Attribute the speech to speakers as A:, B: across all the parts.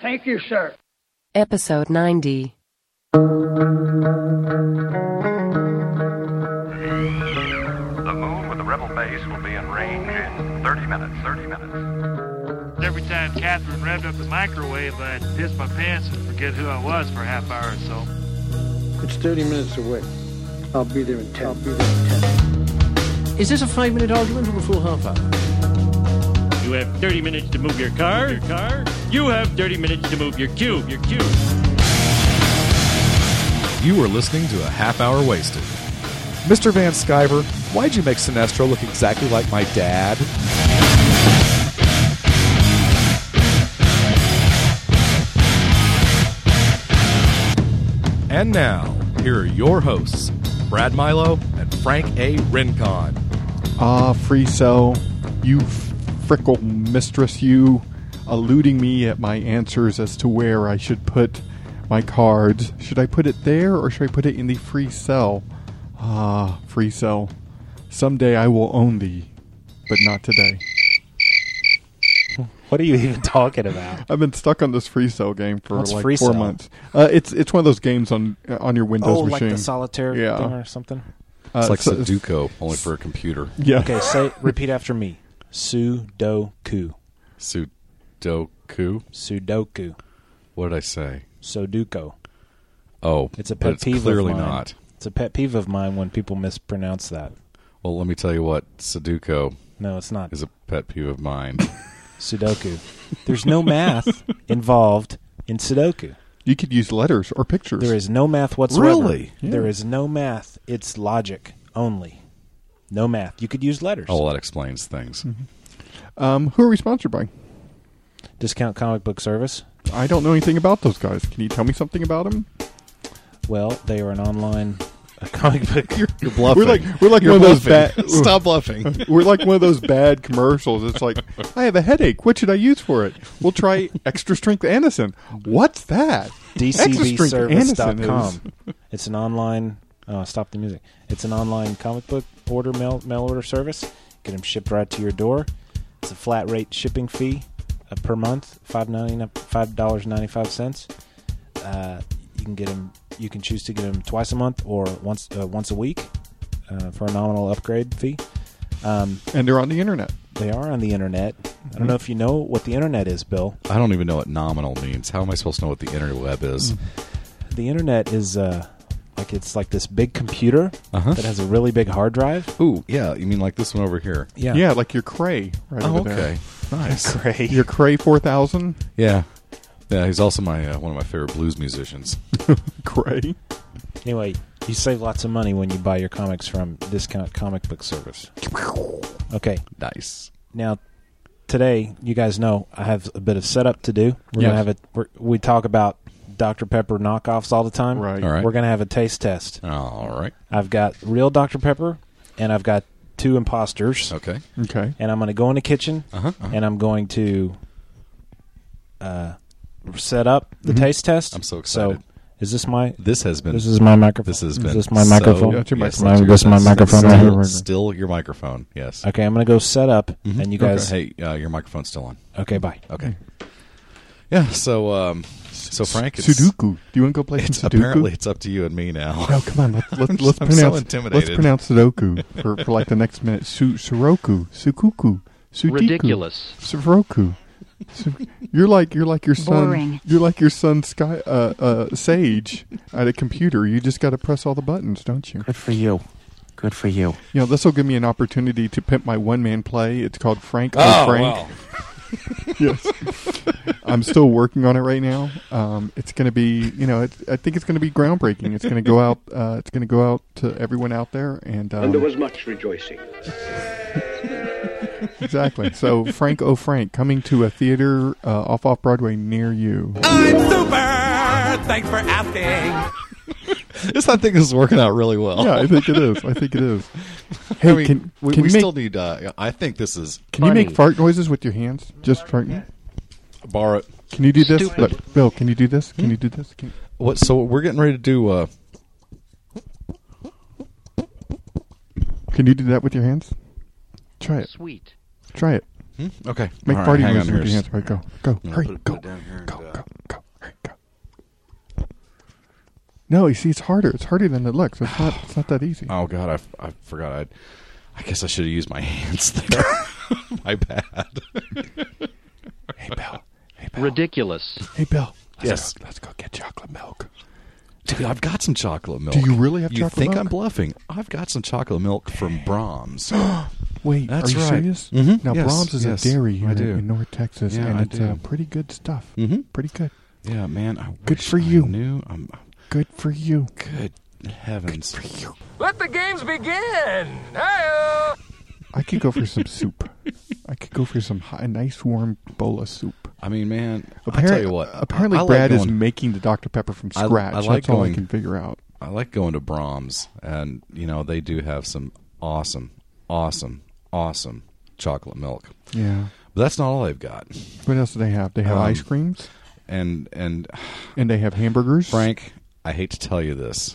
A: Thank you, sir.
B: Episode 90.
C: The moon with the rebel base will be in range in 30 minutes. 30 minutes.
D: Every time Catherine revved up the microwave, I'd piss my pants and forget who I was for a half hour or so.
E: It's 30 minutes away. I'll be there in 10. I'll be there in 10.
F: Is this a five minute argument or a full half hour?
G: You have 30 minutes to move your car. Your car. You have 30 minutes to move your cube. Your cube.
H: You are listening to a half hour wasted. Mr. Van Skyver, why'd you make Sinestro look exactly like my dad? And now, here are your hosts, Brad Milo and Frank A. Rincon.
I: Ah, free so, you f- frickle mistress, you eluding me at my answers as to where I should put my cards. Should I put it there or should I put it in the free cell? Ah, free cell. Someday I will own thee, but not today.
J: What are you even talking about?
I: I've been stuck on this free cell game for
J: What's
I: like
J: Free
I: four
J: Cell?
I: months. Uh, it's it's one of those games on on your Windows
J: oh, like
I: machine.
J: the solitaire
I: Yeah.
J: thing or something.
I: Uh,
H: It's like
I: so-
H: Sudoku, only for a computer.
I: Yeah.
J: Okay, say repeat after me. Sudoku.
H: Sudoku?
J: Sudoku.
H: What did I say?
J: Sudoku.
H: Oh,
J: It's a pet
H: it's
J: peeve.
H: clearly
J: of mine.
H: not.
J: It's a pet peeve of mine when people mispronounce that.
H: Well, let me tell you what Sudoku
J: No, it's not.
H: is a pet peeve of mine.
J: Sudoku. There's no math involved in Sudoku.
I: You could use letters or pictures.
J: There is no math whatsoever.
H: Really?
J: There is no math. It's logic only. No math. You could use letters.
H: oh, well, that explains things.
I: Mm-hmm. Um, who are we sponsored by?
J: Discount comic book service.
I: I don't know anything about those guys. Can you tell me something about them?
J: Well, they are an online comic book.
H: You're bluffing.
I: We're like we're like
H: You're
I: one of those
H: bluffing.
I: bad.
H: Stop bluffing.
I: We're like one of those bad commercials. It's like I have a headache. What should I use for it? We'll try extra strength Anison. What's that? Extra strength Anacin is-
J: dcbservice.com. It's an online. Uh, stop the music. It's an online comic book order mail mail order service. Get them shipped right to your door. It's a flat rate shipping fee uh, per month five ninety five dollars ninety five cents. Uh, you can get them. You can choose to get them twice a month or once uh, once a week uh, for a nominal upgrade fee. Um,
I: and they're on the internet.
J: they are on the internet. I don't know if you know what the internet is, Bill.
H: I don't even know what nominal means. How am I supposed to know what the interweb
I: Mm.
H: is?
J: The internet is uh, like it's like this big computer
H: Uh-huh.
J: that has a really big hard drive.
H: Ooh, yeah. You mean like this one over here?
I: Yeah, like your Cray. Right
H: Oh,
I: over there.
H: okay. Nice.
J: Great.
I: Your Cray four thousand
H: Yeah. Yeah, he's also my uh, one of my favorite blues musicians.
I: Cray.
J: Anyway, you save lots of money when you buy your comics from Discount Comic Book Service. Okay.
H: Nice.
J: Now, today, you guys know I have a bit of setup to do. We're
I: Yes.
J: gonna have a we're, we talk about Dr Pepper knockoffs all the time.
I: Right.
H: All right.
J: We're gonna have a taste test.
H: All right.
J: I've got real Dr Pepper, and I've got two imposters.
H: Okay.
I: Okay.
J: and I'm going to go in the kitchen
H: Uh-huh, uh-huh.
J: and I'm going to uh, set up the taste test.
H: Mm-hmm. I'm so excited.
J: So, is this my
H: This has been.
J: this is my microphone?
H: This has
J: is
H: been.
J: this my
H: so-
J: microphone?
I: Yeah, it's your
H: Yes,
I: microphone.
H: that's
J: My- this is my
H: that's- that's
J: microphone right
H: Still,
J: here.
H: still your microphone. Yes. Mm-hmm.
J: Okay, I'm going to go set up, and you guys. Okay,
H: Hey, uh, your microphone's still on.
J: bye.
H: Okay. Yeah. So, um, so Frank, it's,
I: Sudoku. Do you want to go play
H: It's
I: some Sudoku?
H: apparently it's up to you and me now.
I: No, come on. Let, let,
H: I'm
I: let's
H: so
I: pronounce.
H: intimidated.
I: Let's pronounce Sudoku for, for like the next minute. Su, Suroku, Sukuku, Sudiku,
F: Ridiculous.
I: Suroku. Su- you're like you're like your son.
B: Boring.
I: You're like your son Sky uh, uh, Sage at a computer. You just got to press all the buttons, don't you?
F: Good for you. Good for you.
I: You know this will give me an opportunity to pimp my one man play. It's called Frank.
H: Oh,
I: Frank.
H: well.
I: yes. I'm still working on it right now. Um, it's going to be, you know, it, I think it's going to be groundbreaking. It's going to go out. Uh, it's going to go out to everyone out there, and, um,
A: And there was much rejoicing.
I: exactly. So Frank O. Frank coming to a theater uh, off off Broadway near you.
H: This I think is working out really well.
I: Yeah, I think it is. I think it is. Hey,
H: Oh. I mean,
I: can,
H: we,
I: can
H: we
I: you make
H: still need. Uh, I think this is
I: can you make fart noises with your hands? Just fart.
H: borrow. it.
I: Can you do this? Look, Bill, can you do this?
H: Hmm?
I: Can you do this? Can,
H: What? So we're getting ready to do. Uh,
I: can you do that with your hands? Try it.
F: Sweet.
I: Try it.
H: okay.
I: Make
H: All right,
I: farting
H: hang on
I: noises
H: here.
I: with your hands. All right, go, go,
H: I'm gonna
I: hurry,
H: put it- put
I: go,
H: it down here and,
I: go,
H: uh,
I: go. No, you see, it's harder. It's harder than it looks. It's not. It's not that easy.
H: Oh God, I, f- I forgot. I, I guess I should have used my hands there. my bad.
I: Hey, Bill. Hey, Bill.
A: Ridiculous.
I: Hey, Bill. Let's
H: Yes.
I: Go, let's go get chocolate milk.
H: Dude, I've got some chocolate milk.
I: Do you really have
H: you
I: chocolate
H: think
I: milk?
H: I'm bluffing? I've got some chocolate milk from Brahms.
I: Wait,
H: That's
I: are you
H: right.
I: serious?
H: Mhm.
I: Now,
H: Yes,
I: Brahms is
H: yes,
I: a dairy here
H: I do.
I: in North Texas,
H: Yeah,
I: and
H: I
I: it's
H: do.
I: Uh, pretty good stuff.
H: Mhm.
I: Pretty good.
H: yeah, man. I
I: Good
H: wish
I: for
H: I
I: you.
H: Knew. I'm,
I: Good for you.
H: good heavens.
C: Let the games begin!
I: I could go for some soup. I could go for some hot, a nice warm bowl of soup.
H: I mean, man.
I: Apparently,
H: I tell you what.
I: Apparently,
H: I, I
I: Brad
H: like
I: is
H: going-
I: making the Dr Pepper from
H: I- I
I: scratch.
H: like
I: That's all I
H: going-
I: can figure out.
H: I like going to Brahms, and you know they do have some awesome, awesome, awesome chocolate milk.
I: Yeah.
H: But that's not all they've got.
I: What else do they have? They have
H: Um,
I: ice creams
H: And and
I: and they have hamburgers.
H: Frank, I hate to tell you this,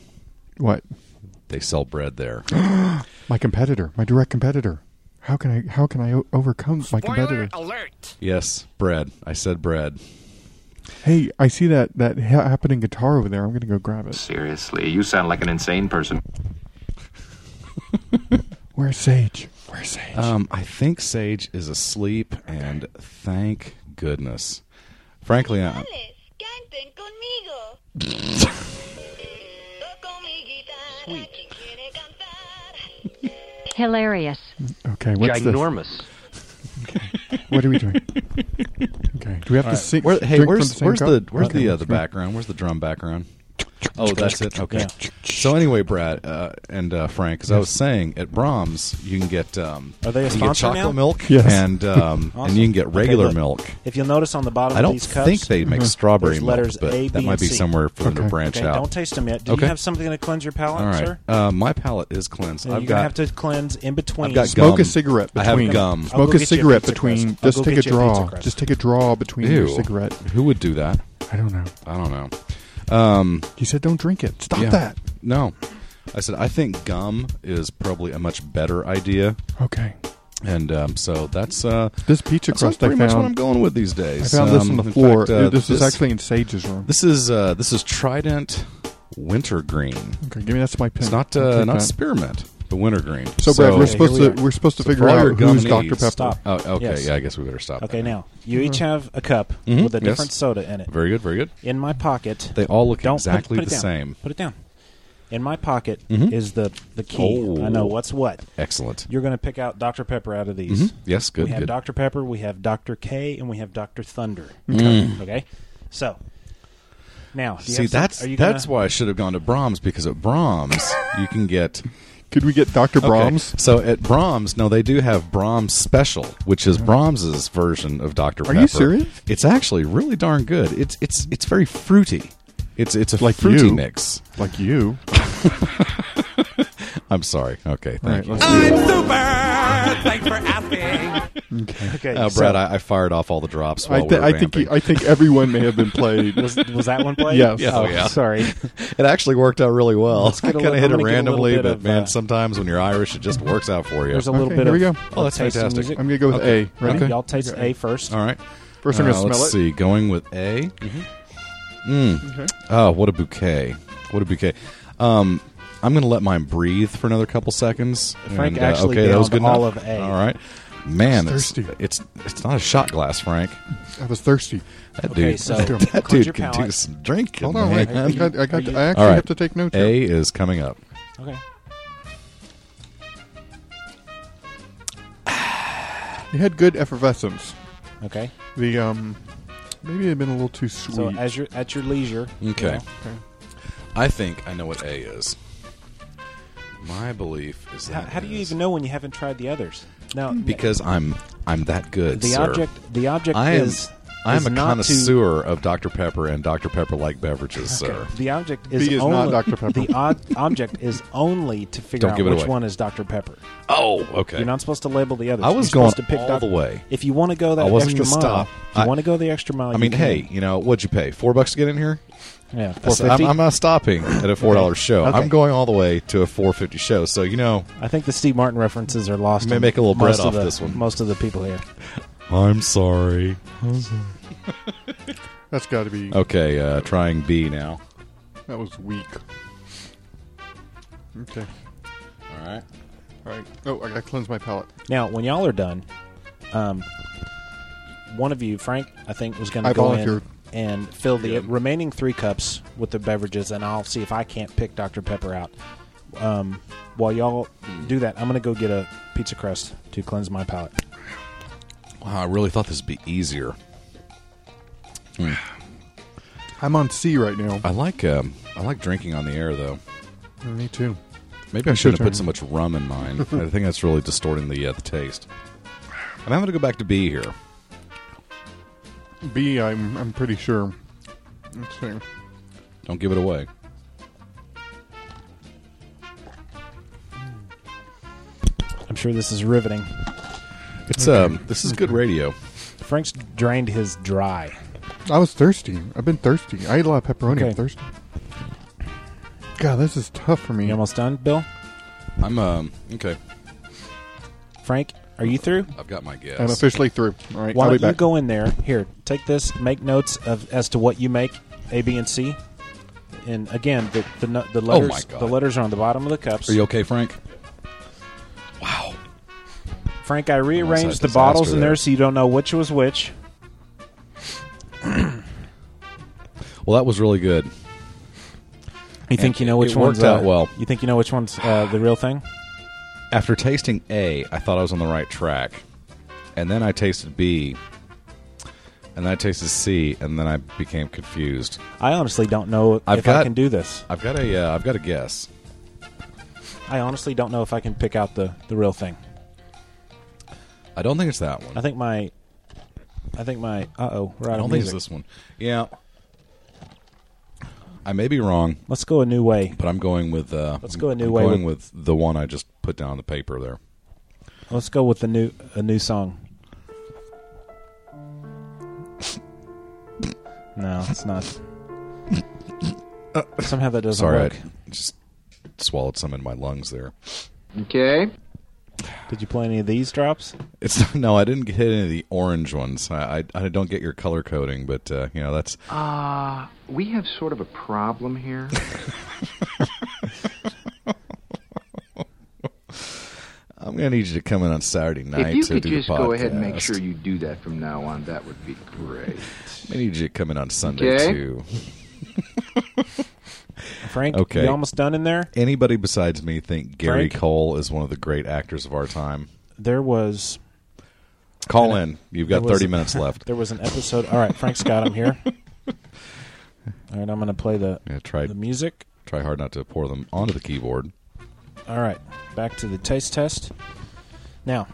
I: what?
H: they sell bread there.
I: My competitor, my direct competitor. How can I? How can I o- overcome my competitor?
H: yes, bread. I said bread.
I: Hey, I see that that ha- happening guitar over there. I'm gonna go grab it.
A: Seriously, you sound like an insane person.
I: Where's Sage? Where's Sage?
H: Um, I think Sage is asleep, and thank goodness. Frankly, uh, I,
K: canten conmigo. Toco mi guitarra, ¿quién quiere cantar?
B: Hilarious.
I: okay, what's this?
A: Ginormous.
I: What are we doing? okay, do we have to sing?
H: where, hey,
I: drink
H: where's
I: from
H: where's
I: same
H: the
I: cup?
H: where's
I: Okay,
H: the uh,
I: let's
H: the
I: drink.
H: background? Where's the drum background? Oh, that's it. Okay. So anyway, Brad uh, and uh, Frank, as I was saying, at Brahms you can get um,
J: Are they a
H: you can get
J: sponsor
H: chocolate
J: now?
H: milk
I: Yes.
H: and um,
J: Awesome.
H: and you can get
J: Okay,
H: regular
J: look.
H: milk.
J: If you'll notice on the bottom
H: I
J: of
H: don't
J: these cups,
H: think they make strawberry
J: There's
H: milk,
J: letters
H: but
J: A, B,
H: that might
J: and
H: be
J: C.
H: somewhere for them
I: Mm-hmm. Okay.
H: to branch
J: okay,
H: out.
J: don't taste them yet. Do
H: Okay.
J: you have something to cleanse your palate,
H: All right,
J: sir?
H: uh, my palate is cleansed.
J: And
H: I've
J: you're
H: got
J: gonna have to cleanse in between.
H: I've got
I: Smoke
H: gum.
I: a cigarette
H: I
I: between.
H: have gum. I'll
I: Smoke
J: go
I: a
J: get you a
I: cigarette
J: pizza crust.
I: between.
J: I'll go
I: Just take a
J: get you a pizza
I: draw.
J: crust.
I: Just take a draw between your
H: Ew.
I: cigarette.
H: Who would do that?
I: I don't know.
H: I don't know.
I: He said, "Don't drink it. Stop
H: Yeah.
I: that."
H: No, I said I think gum is probably a much better idea,
I: Okay.
H: and um, so that's uh,
I: This pizza
H: that's
I: crust I
H: pretty
I: found.
H: much what I'm going with these
I: I
H: days.
I: found this
H: Um,
I: on the
H: in
I: floor.
H: fact, uh,
I: this, is actually in Sage's room.
H: This is uh, this is Trident Wintergreen.
I: okay, give me that's my pen.
H: It's not
I: I'll
H: uh,
I: take
H: not
I: that.
H: spearmint, but Wintergreen.
I: So, Brad, we're
J: Okay,
I: supposed
J: here we
I: to
J: are.
I: we're supposed to
H: So
I: figure
H: for all your
I: out who's
H: gum
I: Dr
H: needs-
I: Pepper.
J: Stop.
H: Oh, okay.
J: Yes.
H: Yeah, I guess we better stop.
J: Okay,
H: that.
J: now you each have a cup
H: Mhm,
J: with a
H: Mm-hmm. yes.
J: different soda in it.
H: Very good. Very good.
J: In my pocket,
H: They all look
J: Don't put-
H: exactly
J: put it
H: the
J: down.
H: same.
J: Put it down. In my pocket
H: Mhm.
J: is the the key.
H: Oh.
J: I know what's what.
H: Excellent.
J: You're going to pick out Dr Pepper out of
H: Mhm.
J: these.
H: Yes. Good.
J: we have
H: good.
J: Dr Pepper, we have Dr K, and we have Dr Thunder. Okay, so now do you
H: Mm. See,
J: have some-
H: that's
J: are you
H: that's
J: gonna-
H: why I should have gone to Brahms because at Brahms you can get
I: Could we get Dr
H: Okay,
I: Brahms?
H: So at Brahms, no, they do have Brahms Special, which is Brahms's version of Dr.
I: Are
H: Pepper.
I: you serious?
H: It's actually really darn good. It's it's it's very fruity. It's it's a
I: Like
H: fruity
I: you.
H: mix.
I: Like you.
H: I'm sorry. Okay,
I: All right,
H: thank you.
I: let's do it.
J: Okay,
H: Uh,
J: so
H: Brad, I, I fired off all the
I: I,
H: drops while
I: thi-
H: we were
I: I think
H: vamping.
I: you- I think everyone may have been played.
J: was was that one played?
I: Yes.
H: Yeah,
J: oh,
H: yeah.
J: sorry.
H: it actually worked out really well.
J: Let's
H: I
J: get a
H: kind of
J: little-
H: hit
J: I'm
H: it
J: gonna get a little
H: randomly,
J: bit
H: but
J: of,
H: man,
J: uh,
H: sometimes when you're Irish, it just works out for you.
J: There's a little
I: Okay,
J: bit
I: here
J: of
I: we go.
H: Oh, that's
J: taste in
H: fantastic.
J: music.
I: I'm gonna go with
H: Okay.
I: A. Ready?
H: Okay.
J: Y'all taste A first.
H: all right.
I: First, I'm
H: Uh,
I: gonna smell
H: let's
I: it.
H: see. Going with A.
J: Mm-hmm.
H: Mm. Oh, what a bouquet! What a bouquet! Um, I'm going to let mine breathe for another couple seconds. uh,
J: Frank actually downed all
H: enough.
J: of A.
H: All right, man,
I: It's
H: it's,
I: thirsty.
H: it's it's not a shot glass, Frank.
I: I was thirsty.
H: That
J: Okay,
H: dude,
J: so
H: that dude
J: cleanse your
H: can do
J: palate.
H: some drinking.
I: Hold on, wait.
H: man.
I: I, got, I, got, I actually
H: All right.
I: have to take notes. here.
H: A is coming up.
J: Okay.
I: It had good effervescence.
J: Okay.
I: The um, maybe it had been a little too sweet.
J: So as your at your leisure. you
H: Okay.
J: know.
H: I think I know what A is. My belief is
J: How,
H: that
J: how do you
H: is-
J: even know when you haven't tried the others? Now,
H: Because I'm I'm that good.
J: the
H: sir.
J: object the object
H: I am
J: is
H: I am
J: is
H: a
J: not to-
H: connoisseur of Dr Pepper and Dr Pepper like beverages, sir.
J: The object is,
I: B is
J: only,
I: not Dr. Pepper.
J: The odd object is only to figure
H: Don't
J: out
H: give it
J: which
H: away.
J: one is Dr. Pepper.
H: Oh, okay.
J: You're not supposed to label the others.
H: I was
J: You're supposed
H: going
J: to pick
H: all
J: Doc-
H: the way.
J: If you want to go that
H: I wasn't
J: extra mile,
H: gonna stop.
J: if you
H: I-
J: want to go the extra mile.
H: I
J: you
H: mean,
J: can.
H: hey, you know what'd you pay? Four bucks to get in here?
J: yeah,
H: I
J: four
H: said, I'm,
J: fifty.
H: I'm not stopping at a four dollar show.
J: Okay.
H: I'm going all the way to a four fifty show. So you know,
J: I think the Steve Martin references are lost.
H: May
J: on
H: make a little bread
J: most of
H: off
J: the-
H: this one.
J: Most of the people here.
H: I'm sorry.
I: That's got to be.
H: Oh. Okay, uh, trying B now.
I: That was weak. Okay.
H: All right.
I: All right. Oh, I gotta cleanse my palate.
J: Now, when y'all are done, um, one of you, Frank, I think, was going to
I: I
J: go
I: volunteered.
J: in and fill the
I: Yeah.
J: remaining three cups with the beverages, and I'll see if I can't pick Dr. Pepper out. Um, while y'all do that, I'm going to go get a pizza crust to cleanse my palate.
H: Wow, I really thought this would be easier. Hmm.
I: I'm on C right now.
H: I like um, I like drinking on the air though.
I: Me too.
H: Maybe I
I: It's your
H: shouldn't have put so
I: turn.
H: much rum in mine. I think that's really distorting the uh, the taste. I'm having to go back to B here.
I: B, I'm I'm pretty sure. Let's see.
H: Don't give it away.
J: I'm sure this is riveting.
H: It's um, this is good radio.
J: Frank's drained his dry.
I: I was thirsty. I've been thirsty. I ate a lot of pepperoni.
J: Okay.
I: I'm thirsty. God, this is tough for me.
J: You almost done, Bill?
H: I'm um, okay.
J: Frank, are you through?
H: I've got my guess.
I: I'm officially through. All right,
J: Why
I: I'll be
J: don't you
I: back.
J: go in there? Here, take this. Make notes of as to what you make A, B, and C. And again, the the, no- the
H: Oh my
J: letters
H: God.
J: the letters are on the bottom of the cups.
H: Are you okay, Frank? Wow.
J: Frank, I rearranged the
H: disaster
J: bottles in
H: there.
J: there so you don't know which was which.
H: Well, that was really good.
J: You think
H: It-
J: you know
H: it
J: which
H: worked
J: one's uh,
H: out well.
J: You think you know which one's uh, the real thing?
H: After tasting A, I thought I was on the right track. And then I tasted B. And then I tasted C, and then I became confused.
J: I honestly don't know
H: I've
J: if I
H: got-
J: can do this.
H: I've got a uh, I've got a guess.
J: I honestly don't know if I can pick out the the real thing.
H: I don't think it's that one.
J: I think my I think my uh oh, we're
H: I
J: out of
H: don't think it's
J: music.
H: this one. Yeah. I may be wrong,
J: Let's go a new way.
H: but I'm going with uh
J: Let's go a new
H: I'm
J: way
H: Going with the one I just put down on the paper there.
J: Let's go with a new a new song. No, it's not. Somehow that doesn't
H: Sorry, I
J: work.
H: just swallowed some in my lungs there.
L: Okay.
J: Did you play any of these drops?
H: It's not, no, I didn't hit any of the orange ones. I I, I don't get your color coding, but uh, you know that's
L: Uh, we have sort of a problem here.
H: I'm gonna need you to come in on Saturday night
L: if you
H: to
L: could
H: do
L: just
H: the podcast.
L: go ahead and make sure you do that from now on, that would be great.
H: I need you to come in on Sunday
L: Okay.
H: too.
J: Frank,
H: Okay.
J: you almost done in there?
H: Anybody besides me think Gary
J: Frank?
H: Cole is one of the great actors of our time?
J: There was
H: Call in. You've got
J: There was-
H: 30 minutes left.
J: There was an episode. All right, Frank's got him here. All right, I'm going to play the
H: Yeah, try
J: the music.
H: try hard not to pour them onto the keyboard.
J: All right, back to the taste test. Now,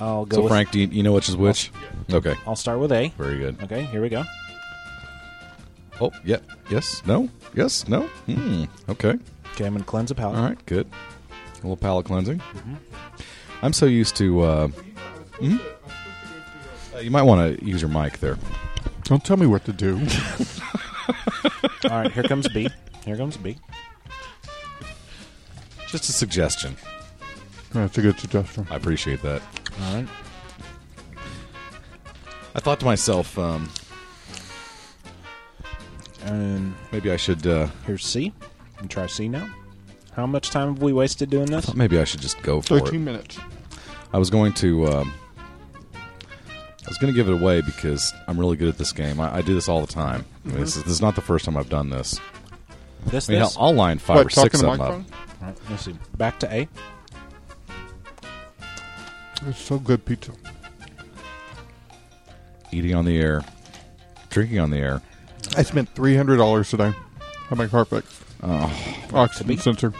J: I'll go.
H: So
J: with, Oh,
H: Frank, do you, you know which is which? Okay,
J: I'll start with A.
H: very good.
J: Okay, here we go.
H: Oh, yeah. Yes. No. Yes. No. Hmm. Okay.
J: Okay, I'm going to cleanse a palate.
H: All right, good. A little palate cleansing.
J: Mm-hmm.
H: I'm so used to. Uh, mhm. Uh, you might want to use your mic there.
I: Don't tell me what to do.
J: All right, here comes B. Here comes B.
H: Just a suggestion.
I: That's a good suggestion.
H: I appreciate that.
J: All right.
H: I thought to myself, um,
J: And
H: maybe I should. Uh,
J: here's C. And try C now. How much time have we wasted doing this?
H: thought maybe I should just go for
I: Thirteen
H: it.
I: minutes.
H: I was going to. Um, I was going to give it away because I'm really good at this game. I, I do this all the time. I mean, this, is, this is not the first time I've done this.
J: This,
H: I mean, hell,
J: this.
H: I'll line five
I: What,
H: or
I: talking
H: six
I: to the
H: of them up.
I: microphone?
J: All right, let's see. Back to A.
I: It's so good pizza.
H: Eating on the air, drinking on the air.
I: I spent three hundred dollars today on my car fix. Oh, oxygen
J: To
I: sensor.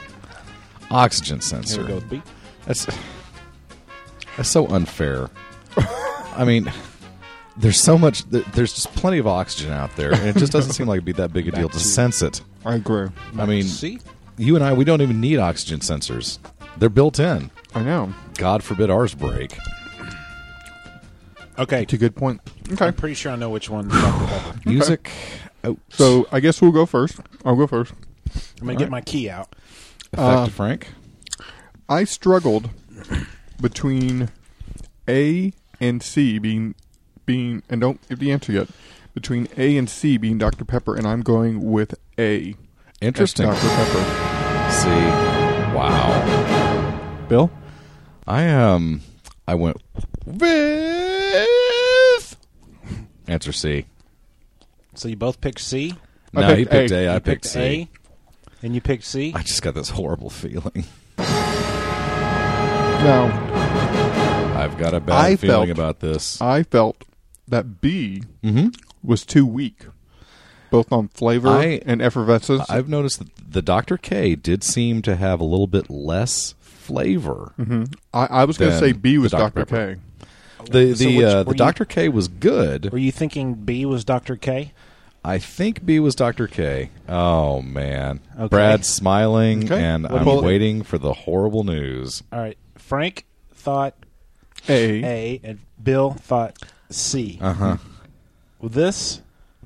H: Oxygen
J: Here
H: sensor.
J: we go with B.
H: That's that's so unfair. I mean, there's so much. there- There's just plenty of oxygen out there, and it just doesn't seem like it'd be that big a deal to sense it.
I: I agree.
H: I mean,
J: C.
H: you and I, we don't even need oxygen sensors. They're built in.
I: I know.
H: God forbid ours break.
J: Okay.
I: It's a good point. Okay,
J: I'm pretty sure I know which one. Dr. Pepper.
H: Music. Oh,
I: so I guess we'll go first. I'll go first.
J: I'm gonna get my key out.
H: effect,
I: uh,
H: Frank.
I: I struggled between A and C being being and don't give the answer yet between A and C being Dr. Pepper, and I'm going with A.
H: Interesting.
I: As Dr. Pepper.
H: See, wow.
I: Bill,
H: I um, I went with answer C.
J: So you both picked C.
H: No,
I: picked
H: he picked A.
I: A.
H: I
J: You
H: picked, C. I
J: A, and you picked C.
H: just got this horrible feeling.
I: Now,
H: I've got a bad
I: I
H: feeling
I: felt-
H: about this.
I: I felt that B
H: Mhm.
I: was too weak, both on flavor
H: I-
I: and effervescence.
H: I've noticed that the Dr. K did seem to have a little bit less flavor.
I: I, I was going to
H: Then
I: say B was
H: the
I: Dr.
H: Dr.
I: K.
H: The the
J: So which-
H: uh,
J: were
H: the
J: you-
H: Dr. K was good.
J: Were you thinking B was Doctor K?
H: I think B was Dr. K. Oh man,
J: Okay.
H: Brad's smiling,
I: Okay.
H: and
I: What
H: I'm
I: about-
H: waiting for the horrible news.
J: All right. Frank thought
I: A.
J: A, and Bill thought C.
H: Uh huh.
J: Well, this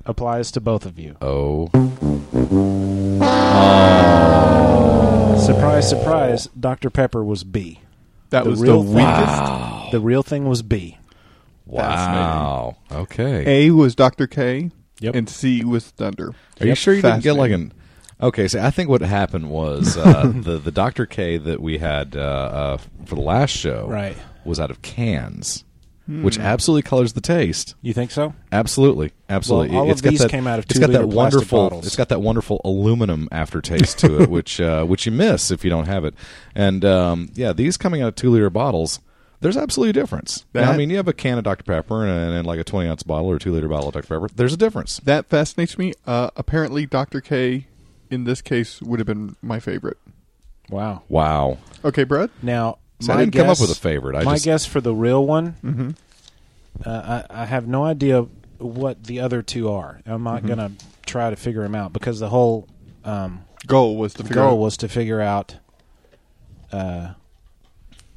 J: applies to both of you.
H: Oh,
J: Surprise, surprise. Dr. Pepper was B.
I: That
J: The
I: was the
J: real
I: weakest.
J: The real thing was B.
H: wow. Okay.
I: A was Dr. K,
J: Yep.
I: and C was Thunder.
H: Are you sure you didn't get like an? Okay, so I think what happened was uh, the the Dr. K that we had uh, uh, for the last show
J: Right. Hmm.
H: was out of cans, which absolutely colors the taste.
J: You think so?
H: Absolutely, absolutely.
J: all of
H: It's got
J: these
H: that-
J: came out of
H: it's got that
J: two-liter plastic
H: wonderful.
J: bottles.
H: It's got that wonderful aluminum aftertaste to it, which uh, which you miss if you don't have it. And um, yeah, these coming out of two liter bottles, there's absolutely a difference. Now, I
I: That-
H: mean, you have a can of Dr Pepper and, and, like a twenty ounce bottle or a two liter bottle of Dr Pepper. There's a difference.
I: That fascinates me. Uh, apparently, Dr. K in this case would have been my favorite.
J: Wow.
H: Wow.
I: Okay, Brad?
J: Now,
H: So I
J: my
H: didn't come up
J: guess-
H: with a favorite. I
J: my
H: just- Mm-hmm.
J: guess for the real one, uh, I, I have no idea what the other two are. I'm not
H: Mm-hmm.
J: going to try to figure them out because the whole um,
I: Goal was to figure
J: goal
I: out.
J: was to figure out uh,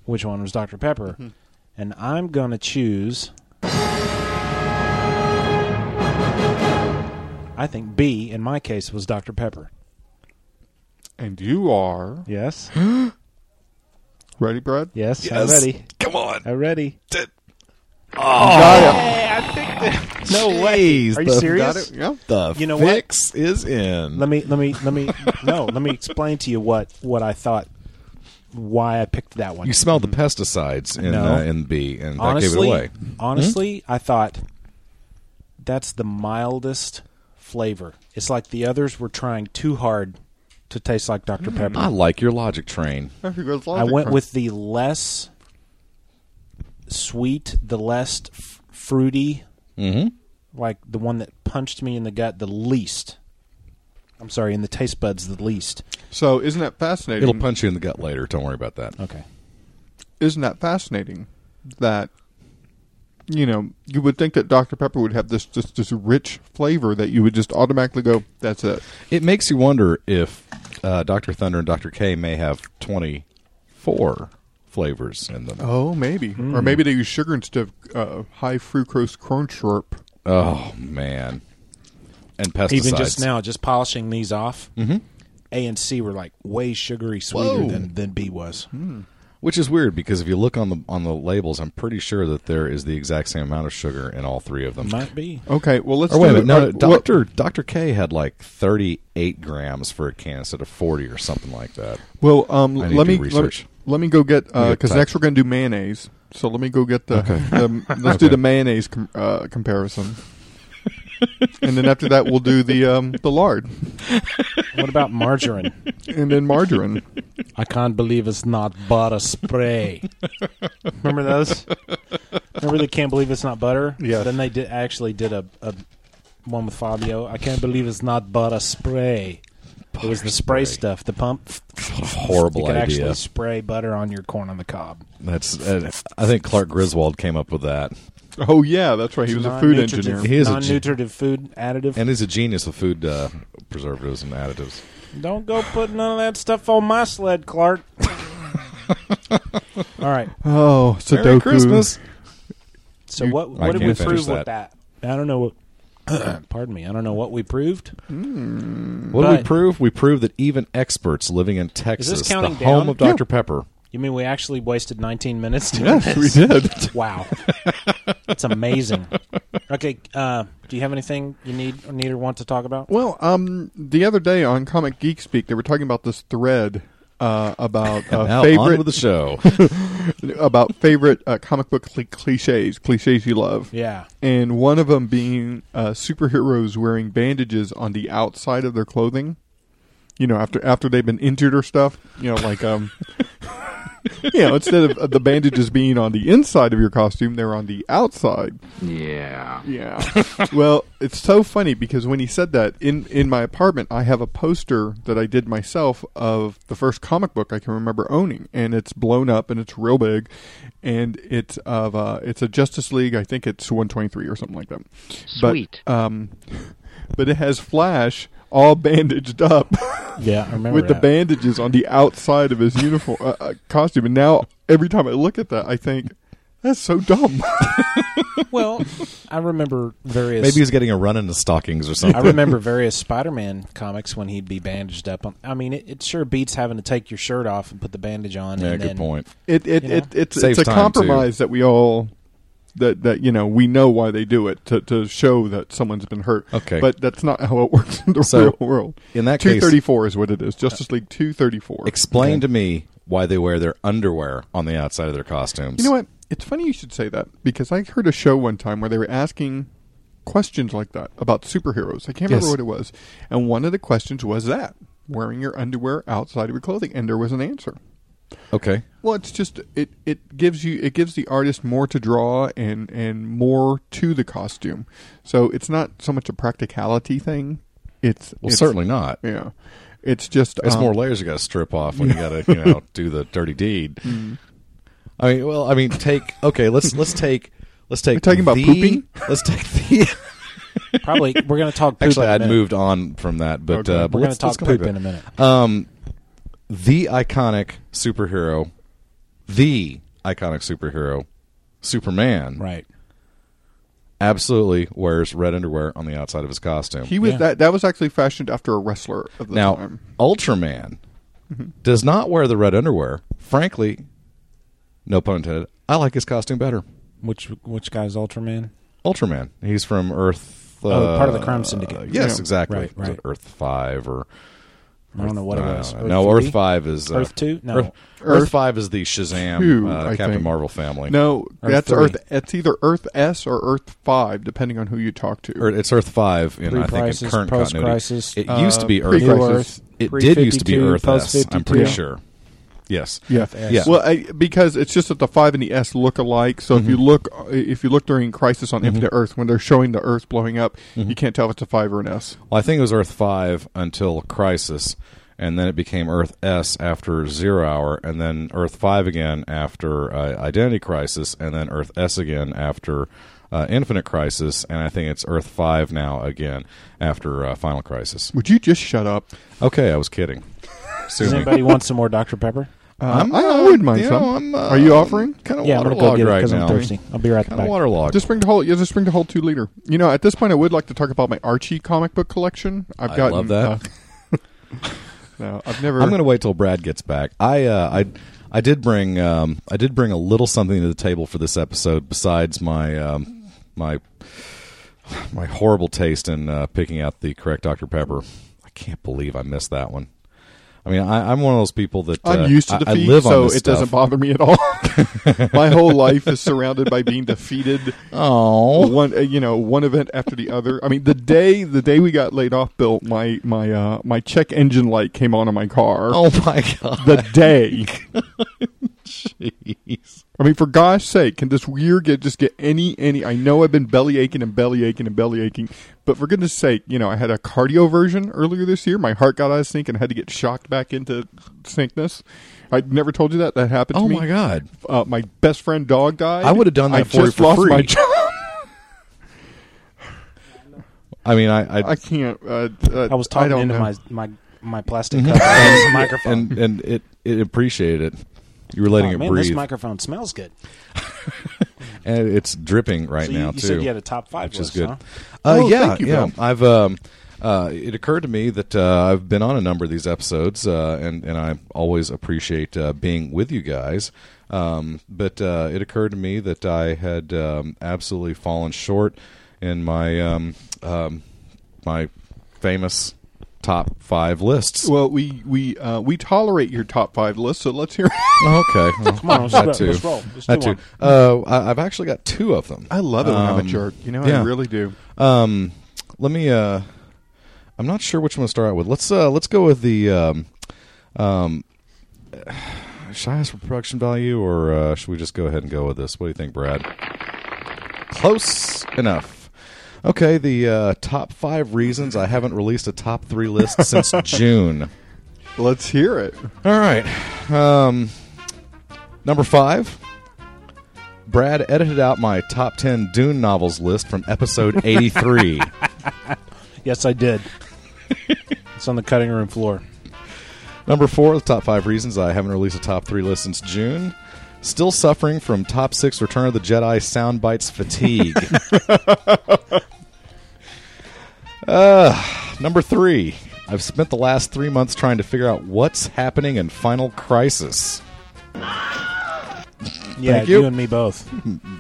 J: which one was Dr. Pepper.
H: Mm-hmm.
J: And I'm going to choose. I think B, in my case, was Dr. Pepper.
I: and you are.
J: Yes.
I: Ready, Brad?
J: Yes. I'm ready.
H: Come on.
J: I'm ready. Oh.
H: No way.
J: Are you serious?
I: Got it? Yeah.
H: The
J: You know what?
H: fix is in.
J: Let me let me let me no, let me explain to you what what I thought why I picked that one.
H: you smelled the pesticides in
J: Mm-hmm. No.
H: uh, in B, and that
J: honestly,
H: gave it away. Hmm?
J: honestly, I thought that's the mildest flavor. It's like the others were trying too hard to taste like Dr. Pepper.
H: I like your logic train.
I: There goes
J: I
I: logic.
J: went with the less sweet, the less f- fruity,
H: Mm-hmm.
J: like the one that punched me in the gut the least. I'm sorry, in the taste buds the least.
I: So, isn't that fascinating?
J: Mm-hmm.
H: It'll punch you in the gut later. Don't worry about that.
J: Okay.
I: isn't that fascinating that you know you would think that dr pepper would have this just this rich flavor that you would just automatically go that's it
H: It makes you wonder if uh, Dr. Thunder and Dr. K may have 24 flavors in them.
I: oh maybe or maybe they use sugar instead of uh, high fructose corn syrup
H: Oh, man. And pesticides.
J: Even just now, just polishing these off, A and C were like way sugary sweeter
H: Mm-hmm. Whoa.
J: than, than B was. Hmm,
H: Which is weird because if you look on the on the labels, I'm pretty sure that there is the exact same amount of sugar in all three of them.
J: Might be.
I: okay well let's
H: Or wait a
I: do
H: minute,
I: it.
H: no,
I: Uh, what-
H: Doctor Doctor K had like 38 grams for a can instead of 40 or something like that.
I: well um
H: I need
I: let
H: to
I: me
H: do
I: let,
H: research.
I: let me go get
H: Let me
I: because
H: get
I: next
H: type.
I: we're going to do mayonnaise so let me go get the, the let's do the mayonnaise com- uh, comparison and then after that we'll do the um the lard
J: What about margarine?
I: and then margarine
J: I can't believe it's not butter spray. Remember those? Remember they can't believe it's not butter?
I: Yes.
J: Then they did actually did a, a one with Fabio. I can't believe it's not butter spray. it was the spray,
H: spray.
J: stuff, the pump.
H: Horrible
J: you could
H: idea.
J: actually spray butter on your corn on the cob.
H: That's uh, I think Clark Griswold came up with that.
I: Oh yeah, that's right. He was a food
J: Non-nutritive-
I: engineer.
H: He is a gen-
J: non-nutritive food additive.
H: And he's a genius of food uh, preservatives and additives.
J: Don't go put none of that stuff on my sled, Clark. All right.
I: Oh, Sudoku.
H: Merry Christmas.
J: So
I: You-
J: what
H: I
J: what did we
H: can't finish
J: prove with
H: that.
J: that? I don't know what pardon me, I don't know what we proved.
H: What do we
J: But-
H: prove? We prove that even experts living in Texas,
J: counting
H: the home
J: down?
H: of Dr. Pepper,
J: You mean we actually wasted 19 minutes doing
I: Yes,
J: this?
I: we did.
J: Wow, that's amazing. Okay, uh, do you have anything you need or need or want to talk about?
I: Well, um, the other day on Comic Geek Speak, they were talking about this thread uh, about uh,
H: Now, on
I: favorite
H: with the show.
I: about favorite uh, comic book cli cliches, cliches you love.
J: Yeah.
I: and one of them being uh, superheroes wearing bandages on the outside of their clothing. You know, after after they've been injured or stuff. You know, like um. you know, instead of uh, the bandages being on the inside of your costume, they're on the outside.
L: Yeah.
I: Yeah. well, it's so funny because when he said that in in my apartment, I have a poster that I did myself of the first comic book I can remember owning, and it's blown up and it's real big, and it's of uh, it's a Justice League. I think it's one twenty three or something like that.
J: Sweet.
I: But, um, but it has Flash all bandaged up.
J: Yeah, I remember
I: with the
J: that.
I: bandages on the outside of his uniform uh, uh, costume, and now every time I look at that, I think. That's so dumb.
J: well, I remember various.
H: Maybe he's getting a run in the stockings or something.
J: I remember various Spider-Man comics when he'd be bandaged up. On, I mean, it, it sure beats having to take your shirt off and put the bandage on.
H: Yeah,
J: and
H: good
J: then,
H: point.
I: It it,
J: you know?
I: it it's
H: Saves
I: it's a
H: time, too.
I: compromise that we all that that you know we know why they do it to to show that someone's been hurt.
H: Okay.
I: but that's not how it works in the
H: So,
I: real world.
H: in that case- uh,
I: two thirty four is what it is. Justice League two thirty four.
H: Explain to me why they wear their underwear on the outside of their costumes.
I: You know what? It's funny you should say that because I heard a show one time where they were asking questions like that about superheroes. I can't remember
H: Yes.
I: what it was, and one of the questions was that wearing your underwear outside of your clothing, and there was an answer.
H: Okay.
I: Well, it's just it, it gives you it gives the artist more to draw and and more to the costume. So it's not so much a practicality thing. It's
H: Well,
I: it's-
H: certainly not.
I: Yeah, it's just
H: It's
I: um,
H: more layers you got to strip off when you got to you know do the dirty deed.
I: Hmm.
H: I mean, well, I mean, take okay. Let's let's take let's take.
I: We're talking about
H: the-
I: pooping?
H: Let's take the.
J: Probably, we're going to talk. Poop
H: Actually,
J: in a
H: I'd
J: minute.
H: moved on from that, but
I: Okay.
H: uh,
I: We're
H: but
J: We're going
H: let's,
J: to talk
H: let's go back
J: poop
H: to
J: in a
H: it.
J: minute.
H: Um, the iconic superhero, the iconic superhero, Superman,
J: Right.
H: absolutely wears red underwear on the outside of his costume.
I: He was
J: Yeah.
I: that that was actually fashioned after a wrestler of the
H: now,
I: time.
H: Ultraman
J: Mm-hmm.
H: does not wear the red underwear. Frankly, no pun intended. I like his costume better.
J: Which which guy's Ultraman?
H: Ultraman. He's from Earth.
J: Oh,
H: uh,
J: part of the Crime Syndicate.
H: uh, yes,
I: Yeah.
H: exactly.
J: Right,
H: Was it
J: right.
H: Earth Five or
J: I don't know what it was.
H: Uh, no, Earth
J: three?
H: Five is uh,
J: Earth two? No.
H: Earth, Earth
I: Earth
H: Five is the Shazam
I: two,
H: uh,
I: I
H: Captain
I: think.
H: Marvel family.
I: No,
J: Earth
I: that's
J: three.
I: Earth. It's either Earth S or Earth Five, depending on who you talk to.
H: Earth- it's Earth Five, and
J: Pre-
H: I think in
J: crisis,
H: current
J: post-
H: continuity,
J: crisis,
H: it used to be
I: uh,
H: Earth.
I: pre-crisis.
J: New Earth,
H: It
J: pre-
H: did used to be
J: 52,
H: Earth
J: post
H: S. I'm
J: 52.
H: pretty
J: Yeah.
H: sure. Yes.
I: Yeah.
J: F-S.
I: Well, I, because it's just that the five and the S look alike. So
H: Mm-hmm.
I: if you look, if you look during Crisis on Infinite Earth when they're showing the Earth blowing up,
H: Mm-hmm.
I: you can't tell if it's a five or an S.
H: Well, I think it was Earth Five until Crisis, and then it became Earth S after Zero Hour, and then Earth Five again after uh, Identity Crisis, and then Earth S again after uh, Infinite Crisis, and I think it's Earth Five now again after uh, Final Crisis.
I: Would you just shut up?
H: Okay, I was kidding. Sue
J: Does
H: me.
J: anybody want some more Dr Pepper?
I: Um,
H: I'm,
I: I, I
H: uh,
I: wouldn't mind
H: you
I: some.
H: know, I'm, uh,
I: Are you offering?
H: Kind of
J: yeah, I'm gonna go
H: waterlogged
J: get it
H: right
J: because
H: now.
J: I'm thirsty. I'll be right
H: Kind of
J: back.
H: waterlogged.
I: Just bring the whole. Yeah, just bring the whole two liter. You know, at this point, I would like to talk about my Archie comic book collection. I've
H: I
I: gotten,
H: love that.
I: uh, no, I've never.
H: I'm going to wait till Brad gets back. I uh, I I did bring um, I did bring a little something to the table for this episode besides my um, my my horrible taste in uh, picking out the correct Dr Pepper. I can't believe I missed that one. I mean, I, I'm one of those people that uh,
I: I'm used to
H: I-
I: defeat,
H: I, live on
I: so
H: this
I: it doesn't
H: stuff.
I: bother me at all. My whole life is surrounded by being defeated.
H: Oh,
I: one uh, you know one event after the other. I mean, the day the day we got laid off, Bill, my my uh, my check engine light came on in my car.
H: oh my god!
I: The day,
H: Jeez.
I: I mean, for gosh sake, can this year get just get any any? I know I've been belly aching and belly aching and belly aching, but for goodness sake, you know, I had a cardio version earlier this year. My heart got out of sync and I had to get shocked back into syncness. I never told you that that happened. to
H: Oh
I: me.
H: my god!
I: Uh, my best friend dog died.
H: I would've done that
I: I
H: for you
I: just
H: for
I: lost
H: free.
I: my job.
H: I mean, I, I
I: I can't. Uh, uh,
J: I was
I: I
J: talking
I: don't
J: into
I: know.
J: my my my plastic cup and microphone.
H: and and it it appreciated it. You were letting
J: Oh,
H: it
J: man, this
H: breathe,
J: microphone smells good.
H: and it's dripping right
J: so you,
H: now
J: you
H: too.
J: said you had a top five
H: which
J: list,
H: is good.
J: huh?
H: Uh,
I: Oh,
H: yeah,
I: thank you,
H: yeah.
I: Bill.
H: I've um, Uh, it occurred to me that uh, I've been on a number of these episodes, uh, and and I always appreciate uh, being with you guys. Um, but uh, it occurred to me that I had um, absolutely fallen short in my um, um, my famous top five lists.
I: Well, we we uh, we tolerate your top five list, so let's hear.
H: Oh, okay. Well,
I: Come on, let's
H: that
I: roll-
H: too.
I: let's roll. Let's
H: That
I: do
H: too. Uh, I, I've actually got two of them. I
I: love it when I'm a jerk. You know, I really do.
H: Um, let me. Uh, I'm not sure which one to start out with. Let's uh, let's go with the. Um, um, should I ask for production value, or uh, should we just go ahead and go with this? What do you think, Brad? Close enough. Okay, the uh, top five reasons I haven't released a top three list since June.
I: Let's hear it.
H: All right. Um, number five. Brad edited out my top 10 Dune novels list from episode 83.
J: yes, I did. it's on the cutting room floor.
H: Number four, the top five reasons I haven't released a top three list since June. Still suffering from top six Return of the Jedi soundbites fatigue. uh, number three, I've spent the last three months trying to figure out what's happening in Final Crisis.
J: Yeah,
H: Thank you.
J: and me both.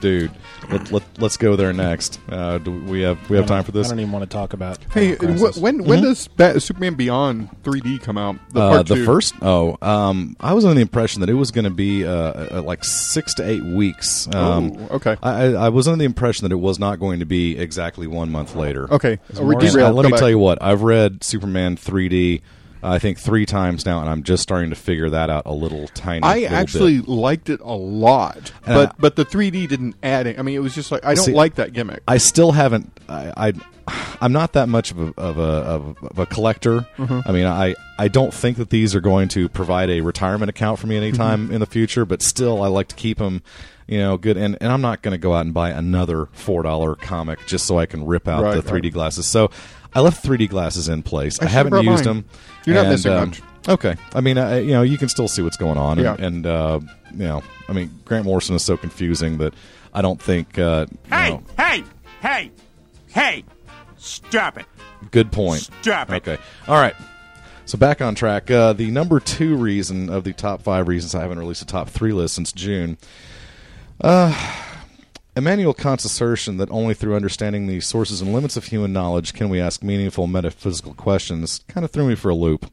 H: Dude, let, let, us go there next. Uh, do we have we have
J: I don't-
H: time for this?
J: I don't even want to talk about.
I: Hey,
H: Oh,
J: Final
I: wh-
J: Crisis.
I: when when
J: Mhm.
I: does Bat- Superman Beyond 3D come out? The,
H: Mm-hmm. Uh,
I: part
H: the
I: two?
H: first oh um, i was under the impression that it was going to be uh, uh, like six to eight weeks um,
I: Oh, okay.
H: I, I I was under the impression that it was not going to be exactly one month later
I: Okay,
H: And,
I: uh, we derailed.
H: uh, let
I: Come
H: me
I: back.
H: tell you what i've read superman 3d i think three times now and i'm just starting to figure that out a little tiny
I: I
H: little
I: actually
H: bit.
I: liked it a lot,
H: And
I: but
H: I-
I: but the 3D didn't add it. I mean, it was just like I don't
H: See,
I: like that gimmick.
H: I still haven't. I, I I'm not that much of a of a, of a, of a collector.
I: Mhm.
H: I mean, I I don't think that these are going to provide a retirement account for me anytime
I: Mm-hmm.
H: in the future. But still, I like to keep them. You know, good, and, and I'm not going to go out and buy another four dollar comic just so I can rip out
I: Right,
H: the
I: right.
H: 3D glasses. So I left 3D glasses in place.
I: I
H: I,
I: should've
H: haven't
I: brought
H: used
I: mine.
H: them.
I: You're not
H: and,
I: missing
H: um,
I: much.
H: Okay, I mean, I, you know, you can still see what's going on, and,
I: Yeah.
H: and uh, you know, I mean, Grant Morrison is so confusing that I don't think uh, you
M: Hey,
H: know,
M: hey, hey, hey! Stop it!
H: Good point.
M: Stop it.
H: Okay. All right. So back on track. Uh, the number two reason of the top five reasons I haven't released a top three list since June. Uh, Immanuel Kant's assertion that only through understanding the sources and limits of human knowledge can we ask meaningful metaphysical questions kind of threw me for a loop.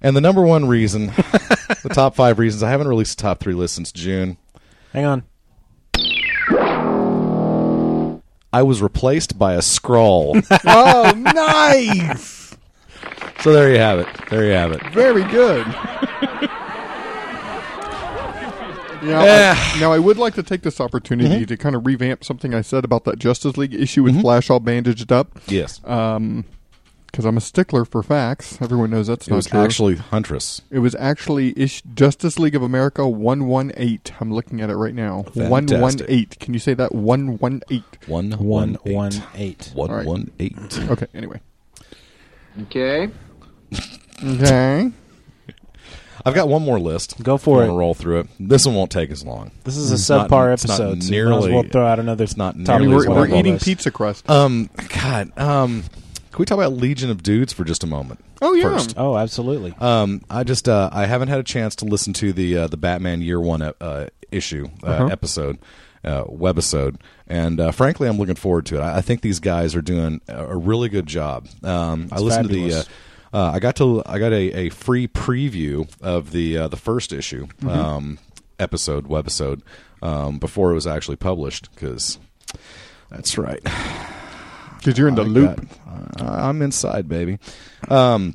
H: And the number one reason, the top five reasons I haven't released a top three list since June.
J: Hang on.
H: I was replaced by a scroll.
I: oh, nice!
H: So there you have it. There you have it.
I: Very good. Now, I, now I would like to take this opportunity
H: Mm-hmm.
I: to kind of revamp something I said about that Justice League issue with Flash all bandaged up.
H: Yes.
I: because I'm a stickler for facts. Everyone knows that's
H: It
I: not
H: was
I: true.
H: actually Huntress.
I: It was actually ish Justice League of America one one eight. I'm looking at it right now. One one
H: Fantastic.
I: eight. Can you say that? One one eight.
H: One
J: One one eight.
H: One
I: All right.
H: one eight.
I: Okay. Anyway.
L: Okay.
I: Okay.
H: I've got one more list.
J: Go for
H: I'm
J: it.
H: gonna roll through it. This one won't take as long.
J: This is a
H: Mm, It's not-
J: subpar
H: it's not
J: episode, so you might as
H: nearly.
J: well throw out another
H: It's not
J: top
H: nearly.
J: list
H: as
J: while
H: long.
J: we're eating Well, this-
I: pizza crust.
H: Um. God. Um. Can we talk about Legion of Dudes for just a moment?
I: Oh, yeah.
H: First.
J: Oh, absolutely.
H: Um, I just uh, I haven't had a chance to listen to the uh, the Batman Year One uh, issue uh,
I: Uh-huh.
H: episode uh, webisode, and uh, frankly, I'm looking forward to it. I, I think these guys are doing a a really good job. Um, I
J: It's
H: listened
J: fabulous.
H: to the uh, uh, I got to I got a, a free preview of the uh, the first issue
J: Mhm.
H: um, episode webisode um, before it was actually published because that's right
I: because you're in the loop.
H: uh, I, I'm inside, baby. Um,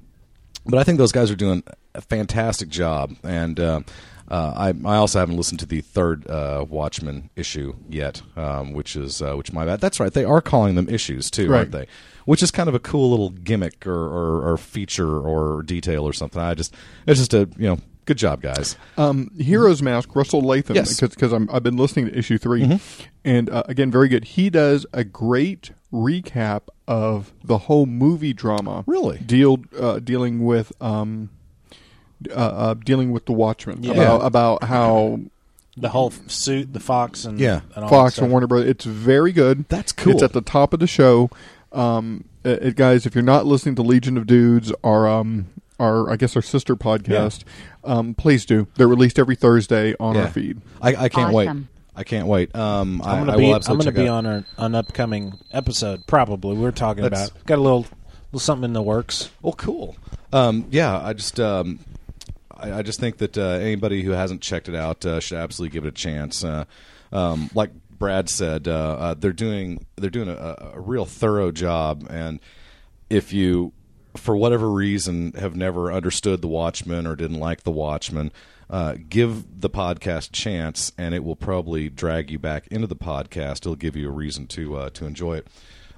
H: but I think those guys are doing a fantastic job, and uh, uh, I, I also haven't listened to the third uh, Watchmen issue yet, um, which is uh, which my bad. That's right, they are calling them issues too, aren't
I: Right.
H: they? Which is kind of a cool little gimmick or, or, or feature or detail or something. I just it's just a you know good job, guys.
I: Um, Heroes Mask, Russell Latham,
H: Yes.
I: because i I've been listening to issue 3 and uh, again, very good. He does a great recap of the whole movie drama.
H: Really?
I: deal uh, dealing with um, uh, uh, dealing with the Watchmen
J: Yeah.
I: about, about how
J: The whole f- suit, the Fox, and
H: Yeah.
J: and all
I: Fox
J: that
I: and Warner Brothers. It's very good. That's
J: cool.
I: It's at the top of the show. Um, uh, uh, guys, if you're not listening to Legion of Dudes, our um, our I guess our sister podcast, um, please do. They're released every Thursday on
H: Yeah.
I: our feed.
H: I, I can't wait.
J: Awesome.
H: I can't wait. Um, I,
J: I'm gonna
H: I
J: be,
H: will
J: I'm
H: absolutely
J: gonna
H: check
J: be
H: it out.
J: on our, an upcoming episode. Probably we're talking
H: That's-
J: about got a little little something in the works.
H: Well, cool. Um, yeah, I just um, I, I just think that uh, anybody who hasn't checked it out uh, should absolutely give it a chance. Uh, um, like Brad said, uh, uh, they're doing they're doing a, a real thorough job, and if you for whatever reason have never understood the Watchmen or didn't like the Watchmen. Uh, give the podcast a chance, and it will probably drag you back into the podcast. It'll give you a reason to uh, to enjoy it.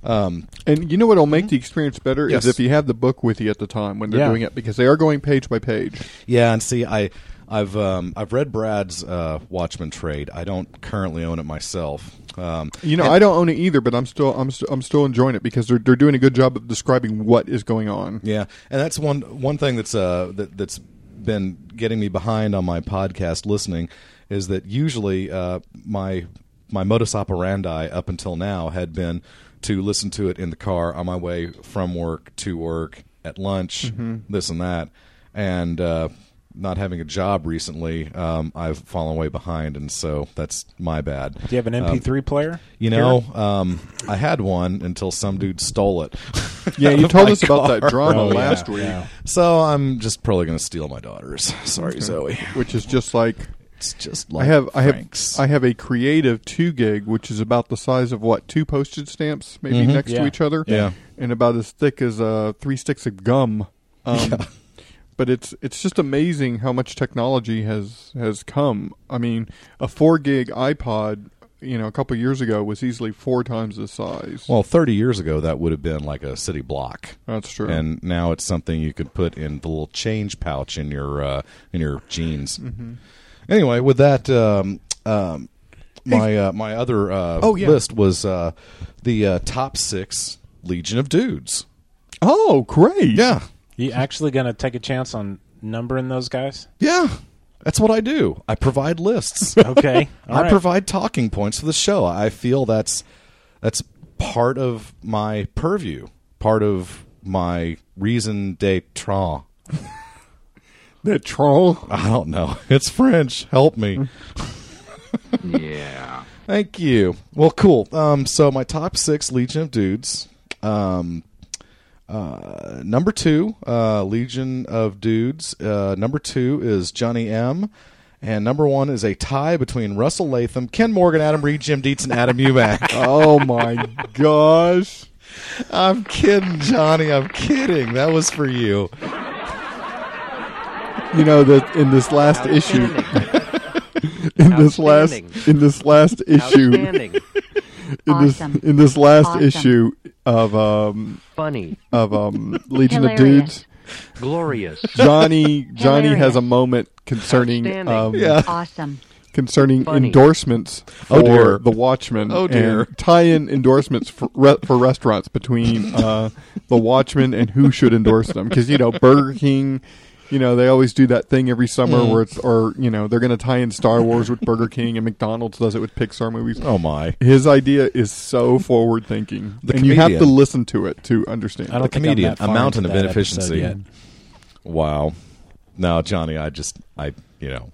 H: Um,
I: And you know what'll make the experience better
H: Yes.
I: is if you have the book with you at the time when they're
H: Yeah.
I: doing it because they are going page by page.
H: Yeah, and see, I, I've um, I've read Brad's uh, Watchmen trade. I don't currently own it myself. Um,
I: You know,
H: and-
I: I don't own it either, but I'm still I'm, st- I'm still enjoying it because they're they're doing a good job of describing what is going on.
H: Yeah, and that's one one thing that's uh that that's been getting me behind on my podcast listening is that usually uh my my modus operandi up until now had been to listen to it in the car on my way from work to work at lunch
I: Mhm.
H: this and that and uh not having a job recently, um, I've fallen way behind, and so that's my bad. Do
J: you have an MP3 player?
H: You know, um, I had one until some dude stole it.
I: Yeah,
H: out
I: you
H: of
I: told
H: my
I: us about that
H: car.
I: drama Oh, yeah, last week. yeah.
H: So I'm just probably going to steal my daughter's. Sorry, Zoe.
I: Which is just like
H: it's just like
I: I have I
H: Frank's.
I: have I have a creative two gig, which is about the size of what two postage stamps, maybe
H: Mhm.
I: next
H: Yeah.
I: to each other,
H: Yeah.
I: and about as thick as uh, three sticks of gum. Um, But it's it's just amazing how much technology has has come. I mean, a four gig iPod, you know, a couple years ago was easily four times the size.
H: Well, 30 years ago, that would have been like a city block.
I: That's true.
H: And now it's something you could put in the little change pouch in your uh, in your jeans.
I: Mhm.
H: Anyway, with that, um, um, my uh, my other uh,
I: Oh, yeah.
H: list was uh, the uh, top six Legion of Dudes.
I: Oh, great!
H: Yeah,
J: You actually gonna take a chance on numbering those guys?
H: yeah. That's what I do. I provide lists.
J: Okay. All
H: I
J: right.
H: provide talking points for the show. I feel that's that's part of my purview, part of my reason d'etre.
I: The troll?
H: I don't know. It's French. Help me.
L: yeah.
H: Thank you. Well, cool. Um, so my top six Legion of Dudes. Um, uh, number two, uh, Legion of Dudes. Uh, number two is Johnny M. And number one is a tie between Russell Latham, Ken Morgan, Adam Reed, Jim Dietz, and Adam Eubank.
I: oh my gosh!
H: I'm kidding, Johnny. I'm kidding. That was for you.
I: you know that in this last issue in this last in this last issue
N: Outstanding.
I: in this
N: Awesome.
I: in this last
N: Awesome.
I: issue of um
N: Funny.
I: of um legion of
N: Hilarious.
I: dudes
N: Glorious.
I: johnny johnny has a
N: Hilarious.
I: moment concerning
N: Outstanding.
I: um
N: Yeah. Awesome.
I: concerning
N: Funny.
I: endorsements for
H: Oh, dear.
I: the watchmen
H: Oh, dear.
I: and tie-in endorsements for re- for restaurants between uh the watchmen and who should endorse them because you know burger king you know they always do that thing every summer
H: Mm.
I: where it's or you know they're going to tie in star wars with burger king and mcdonald's does it with pixar movies
H: Oh, my.
I: his idea is so forward thinking
H: The
I: and you have to
H: comedian.
I: listen to it to understand
J: I don't
H: the
J: think I'm
H: comedian,
J: that
H: a
J: far
H: mountain of
J: into that
H: inefficiency.
J: episode
H: Wow. No, Johnny, I just, I, you know,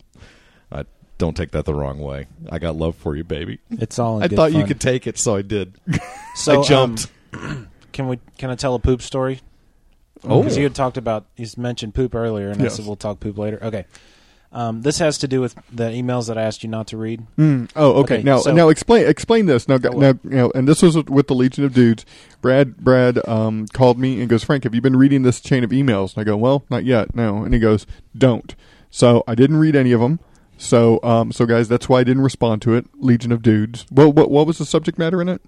H: I don't take that the wrong way. I got love for you, baby.
J: It's all in
H: I
J: good
H: thought you
J: fun.
H: could take it, so I did.
J: So
H: I jumped.
J: um, can we? Can I tell a poop story?
H: Oh.
J: because you had talked about you mentioned poop earlier, and
I: Yes.
J: I said we'll talk poop later. Okay, um, this has to do with the emails that I asked you not to read.
I: Mm, oh, okay. now,
J: so-
I: now explain explain this. Now, now, now, and this was with the Legion of Dudes. Brad Brad um, called me and goes, Frank, have you been reading this chain of emails? And I go, Well, not yet, no. And he goes, Don't. So I didn't read any of them. So, um, so guys, that's why I didn't respond to it. Legion of Dudes. Well, what what was the subject matter in it?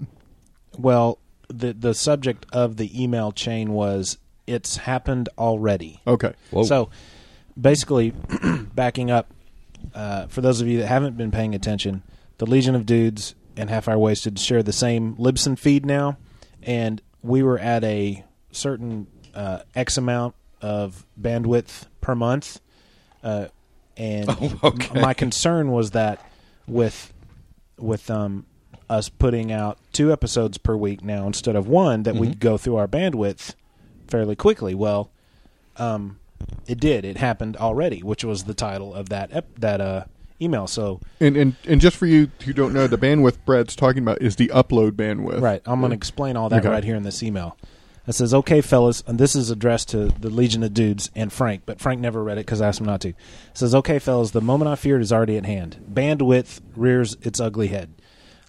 J: Well, the the subject of the email chain was it's happened already.
I: Okay. Whoa.
J: So basically, backing up, uh, for those of you that haven't been paying attention, the Legion of Dudes and Half Hour Wasted share the same Libsyn feed now, and we were at a certain uh, X amount of bandwidth per month, uh, and
H: Oh, okay.
J: my concern was that with with um us putting out two episodes per week now instead of one that we'd go through our bandwidth fairly quickly. Well, um it did. It happened already, which was the title of that ep- that uh email. So
I: And, and and just for you who don't know, the bandwidth Brett's talking about is the upload bandwidth.
J: Right. I'm going to explain all that
I: Okay.
J: right here in this email. It says, okay, fellas, and this is addressed to the Legion of Dudes and Frank, but Frank never read it because I asked him not to. It says, okay, fellas, the moment I feared is already at hand. Bandwidth rears its ugly head.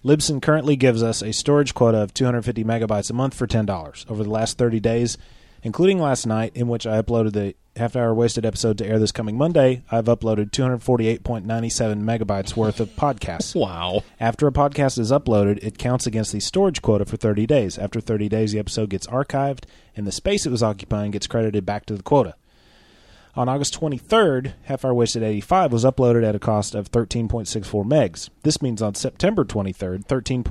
J: Libsyn currently gives us a storage quota of 250 megabytes a month for $10. Over the last 30 days, including last night, in which I uploaded the half hour wasted episode to air this coming Monday, I've uploaded 248.97 megabytes worth of podcasts.
H: Wow.
J: After a podcast is uploaded, it counts against the storage quota for 30 days. After 30 days, the episode gets archived, and the space it was occupying gets credited back to the quota. On August 23rd, Half Hour Wasted 85 was uploaded at a cost of 13.64 megs. This means on September 23rd, 13.64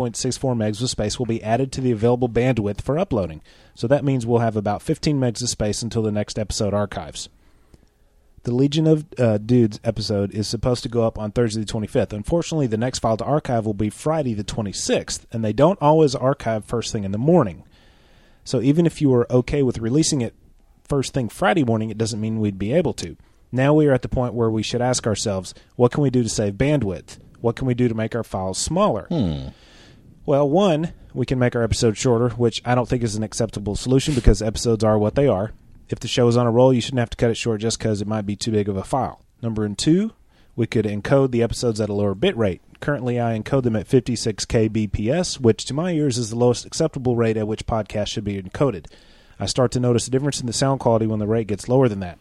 J: megs of space will be added to the available bandwidth for uploading. So that means we'll have about 15 megs of space until the next episode archives. The Legion of uh, Dudes episode is supposed to go up on Thursday the 25th. Unfortunately, the next file to archive will be Friday the 26th, and they don't always archive first thing in the morning. So even if you were okay with releasing it first thing Friday morning, it doesn't mean we'd be able to. Now we are at the point where we should ask ourselves what can we do to save bandwidth? What can we do to make our files smaller? Well, one, we can make our episodes shorter, which I don't think is an acceptable solution because episodes are what they are. If the show is on a roll, you shouldn't have to cut it short just because it might be too big of a file. Number and two, we could encode the episodes at a lower bit rate. Currently, I encode them at 56 kbps, which to my ears is the lowest acceptable rate at which podcasts should be encoded. I start to notice a difference in the sound quality when the rate gets lower than that.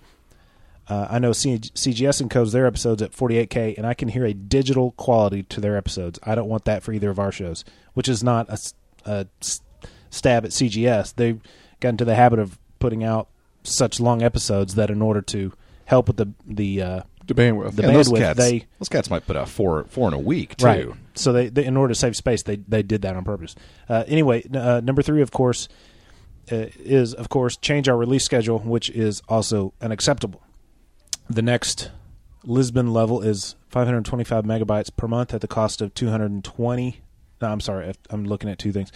J: Uh, I know C- CGS encodes their episodes at 48K, and I can hear a digital quality to their episodes. I don't want that for either of our shows, which is not a, s- a s- stab at CGS. They've gotten into the habit of putting out such long episodes that in order to help with the the uh,
I: the bandwidth,
J: the
H: And
J: bandwidth,
H: those cats,
J: they
H: those cats might put out four four in a week too.
J: Right. So they, they in order to save space, they they did that on purpose. Uh, anyway, n- uh, number three, of course, uh, is of course change our release schedule, which is also unacceptable. The next Lisbon level is 525 megabytes per month at the cost of 220. No, I'm sorry, I- I'm looking at two things.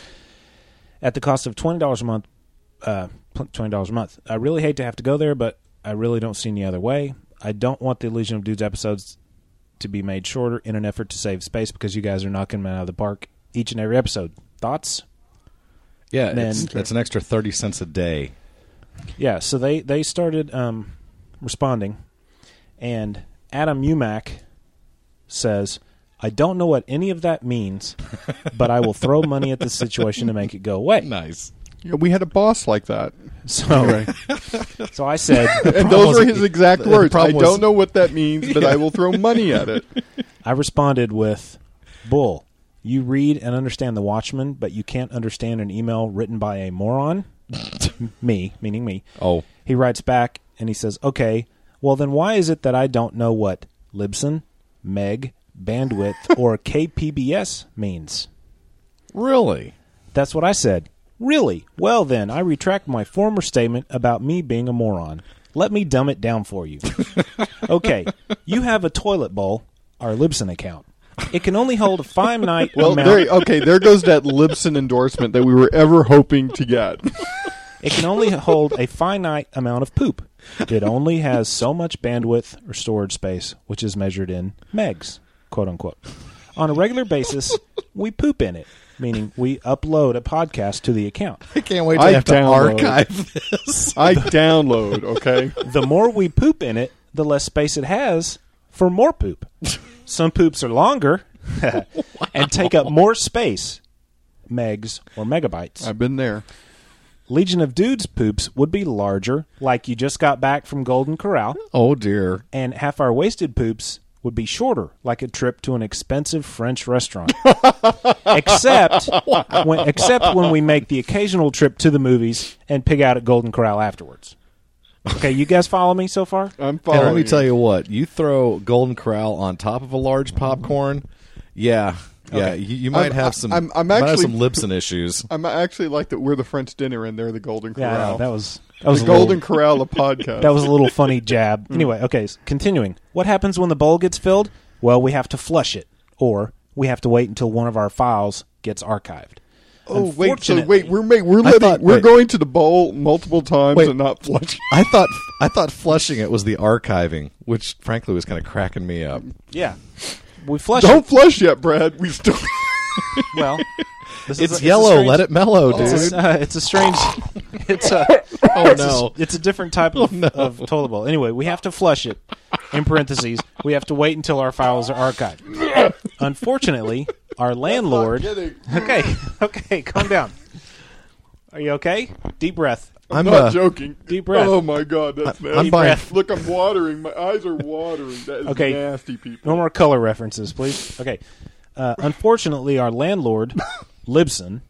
J: At the cost of twenty dollars a month, uh, pl- twenty dollars a month. I really hate to have to go there, but I really don't see any other way. I don't want the Legion of Dudes episodes to be made shorter in an effort to save space because you guys are knocking them out of the park each and every episode. Thoughts?
H: Yeah,
J: Man.
H: it's, it's an extra thirty cents a day.
J: Yeah, so they they started um, responding, and Adam Umack says, "I don't know what any of that means, but I will throw money at this situation to make it go away."
H: Nice.
I: Yeah, we had a boss like that.
J: So, so I said,
I: and those are his exact words. I don't know what that means, but I
J: Yeah.
I: will throw money at it.
J: I responded with, "Bull, you read and understand the Watchmen, but you can't understand an email written by a moron." me, meaning me.
H: Oh.
J: He writes back and he says, "Okay, well then why is it that I don't know what Libsyn, meg, bandwidth or kpbs means?"
H: Really?
J: That's what I said. Really? Well then, I retract my former statement about me being a moron. Let me dumb it down for you. okay, you have a toilet bowl, our Libsyn account. It can only hold a finite
I: Well,
J: amount.
I: there, okay, there goes that Libsyn endorsement that we were ever hoping to get.
J: It can only hold a finite amount of poop. It only has so much bandwidth or storage space, which is measured in megs, quote unquote. On a regular basis, we poop in it, meaning we upload a podcast to the account.
H: I can't wait
I: I download. I download, okay?
J: the more we poop in it, the less space it has for more poop. Some poops are longer and take up more space, megs or megabytes.
I: I've been there.
J: Legion of Dudes poops would be larger, like you just got back from Golden Corral,
H: Oh dear.
J: and half hour wasted poops would be shorter, like a trip to an expensive French restaurant. except when except when we make the occasional trip to the movies and pig out at Golden Corral afterwards. Okay, you guys follow me so far?
I: I'm
H: And
I: following.
H: let me tell you what, you throw Golden Corral on top of a large popcorn, yeah. Yeah, you, you might
I: I'm-
H: have some
I: I'm- I'm
H: you might have
I: actually-
H: some Libsyn issues.
I: I'm actually like that we're the French dinner and they're the Golden
J: Yeah, I know,
I: Corral.
J: that was that was
I: the
J: a little-
I: Golden Corral Hmm. of podcast.
J: that was a little funny jab. Anyway, okay, s- continuing. What happens when the bowl gets filled? Well, we have to flush it. or we have to wait until one of our files gets archived.
I: Oh wait, so
J: Unfortunately-
I: wait, we're make, we're
J: I
I: letting
J: thought-
I: we're
J: wait.
I: going to the bowl multiple times and not flushing.
H: I thought I thought flushing it was the archiving, which frankly was kind of cracking me up.
J: Yeah, we flush.
I: Don't flush yet, Brad. We still
J: Well, this
H: It's yellow. Let it mellow,
J: It's
H: dude.
J: a, uh, it's a strange. It's a.
H: Oh,
J: it's a-
H: no.
J: it's a different type of, of toilet bowl. Anyway, we have to flush it. In parentheses, we have to wait until our files are archived. Unfortunately, our landlord.
I: kidding.
J: Okay, okay, calm down. Are you okay? Deep breath.
H: I'm,
I: not
H: uh,
I: joking.
J: Deep breath.
I: Oh my god, that's
H: I-
I: nasty.
H: I'm buying-
I: Look, I'm watering. My eyes are watering. That is
J: Okay.
I: nasty, people.
J: No more color references, please. Okay. Uh, unfortunately, our landlord, Libson,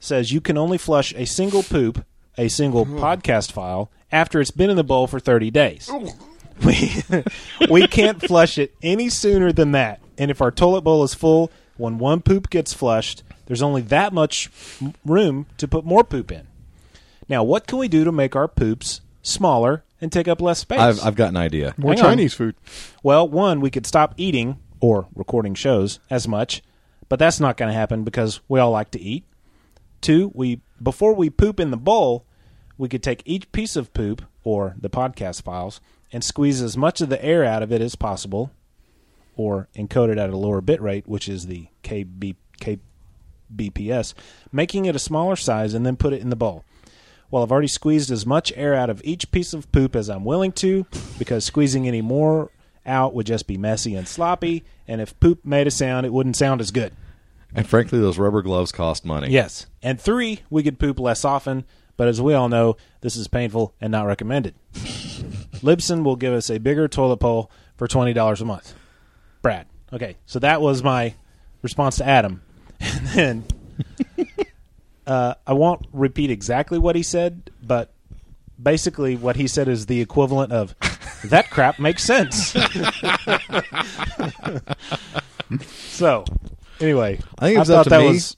J: says you can only flush a single poop, a single podcast file, after it's been in the bowl for 30 days. We, we can't flush it any sooner than that. And if our toilet bowl is full, when one poop gets flushed, there's only that much m- room to put more poop in. Now, what can we do to make our poops smaller and take up less space?
H: I've I've got an idea.
I: More
J: Hang on.
I: Chinese food.
J: Well, one, we could stop eating or recording shows as much, but that's not going to happen because we all like to eat. Two, we before we poop in the bowl, we could take each piece of poop or the podcast files and squeeze as much of the air out of it as possible, or encode it at a lower bit rate, which is the KB, kbps, making it a smaller size, and then put it in the bowl. Well, I've already squeezed as much air out of each piece of poop as I'm willing to, because squeezing any more out would just be messy and sloppy, and if poop made a sound, it wouldn't sound as good.
H: And frankly, those rubber gloves cost money.
J: Yes. And three, we could poop less often, but as we all know, this is painful and not recommended. Libsyn will give us a bigger toilet bowl for twenty dollars a month. Brad. Okay, so that was my response to Adam, and then uh, I won't repeat exactly what he said, but basically what he said is the equivalent of that crap makes sense. so, anyway,
H: I think it was up
J: thought
H: to
J: that
H: me.
J: was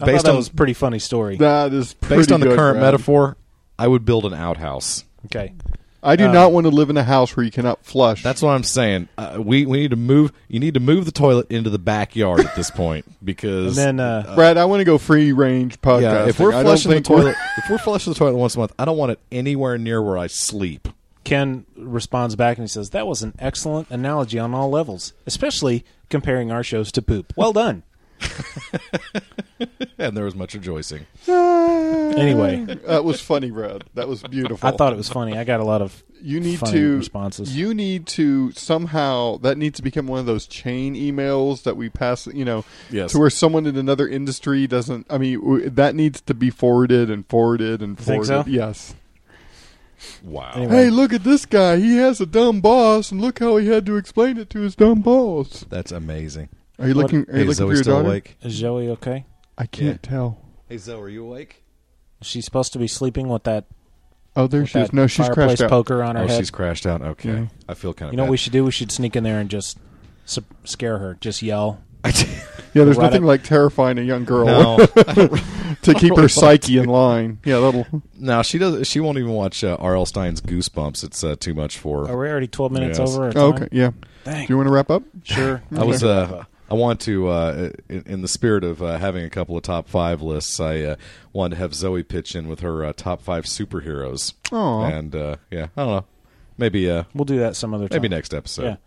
J: I
H: Based
J: thought that
H: on-
J: was a pretty funny story.
I: That is
H: Based
I: pretty
H: on the
I: good,
H: current
I: Brad.
H: metaphor, I would build an outhouse.
J: Okay.
I: I do
J: Um,
I: not want to live in a house where you cannot flush.
H: Uh, That's what I'm saying. Uh, we we need to move. You need to move the toilet into the backyard at this point
J: And
H: because
J: then uh,
I: Brad. I want to go free range podcast.
H: yeah, if we're flushing the toilet, if we're flushing the toilet once a month, I don't want it anywhere near where I sleep.
J: Ken responds back and he says, "That was an excellent analogy on all levels, especially comparing our shows to poop. Well done."
H: And there was much rejoicing.
J: Anyway,
I: that was funny, Brad. That was beautiful.
J: I thought it was funny. I got a lot of
I: you need
J: funny
I: to
J: responses.
I: You need to somehow that needs to become one of those chain emails that we pass. You know,
H: Yes.
I: to where someone in another industry doesn't. I mean, w- that needs to be forwarded and forwarded and
J: think
I: forwarded.
J: so?
I: Yes.
H: Wow.
J: Anyway.
I: Hey, look at this guy. He has a dumb boss, and look how he had to explain it to his dumb boss.
H: That's amazing.
I: Are you
J: What-
I: looking? Are you
H: Hey,
I: looking
H: Zoe
I: for your
H: still
I: daughter?
H: awake?
J: Is Zoe okay?
I: I can't tell.
H: Hey Zoe, are you awake?
J: She's supposed to be sleeping with that.
I: Oh, there
J: with
I: she is.
J: that
I: No, she's
J: fireplace
I: crashed out.
J: poker on her
H: oh,
J: head.
H: she's crashed out. Okay,
I: Yeah.
H: I feel kind of.
J: you know what
H: bad.
J: we should do? We should sneak in there and just s- scare her. Just yell.
I: Yeah, there's
J: Right
I: nothing
J: up-
I: like terrifying a young girl
H: No,
I: to keep her psyche in line. Yeah, that'll.
H: no, she does. She won't even watch uh, R.L. Stein's Goosebumps. It's uh, too much for. her.
J: Are we already twelve minutes
H: Yes.
J: over? Our
I: Oh,
J: time?
I: okay, yeah.
J: Dang.
I: Do you want to wrap up?
J: Sure.
H: I was. Uh, I want to, uh, in, in the spirit of uh, having a couple of top five lists, I uh, wanted to have Zoe pitch in with her uh, top five superheroes.
I: Aw.
H: And uh, yeah, I don't know. Maybe uh,
J: We'll do that some other time.
H: maybe next episode.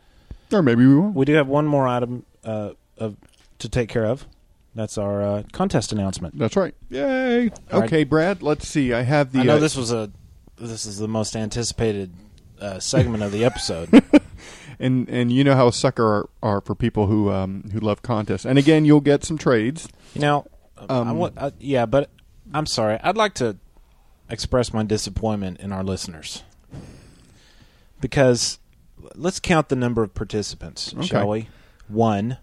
J: Yeah.
I: Or maybe we won't.
J: We do have one more item uh, of to take care of. That's our uh, contest announcement.
I: That's right.
H: Yay!
J: All right.
I: Okay, Brad. Let's see. I have the.
J: I know
I: uh,
J: this was a this is the most anticipated uh, segment of the episode.
I: and and you know how a sucker are, are for people who um who love contests. And again, you'll get some trades.
J: now, I
I: Um,
J: want, uh, yeah, but I'm sorry. I'd like to express my disappointment in our listeners because let's count the number of participants, shall we? One,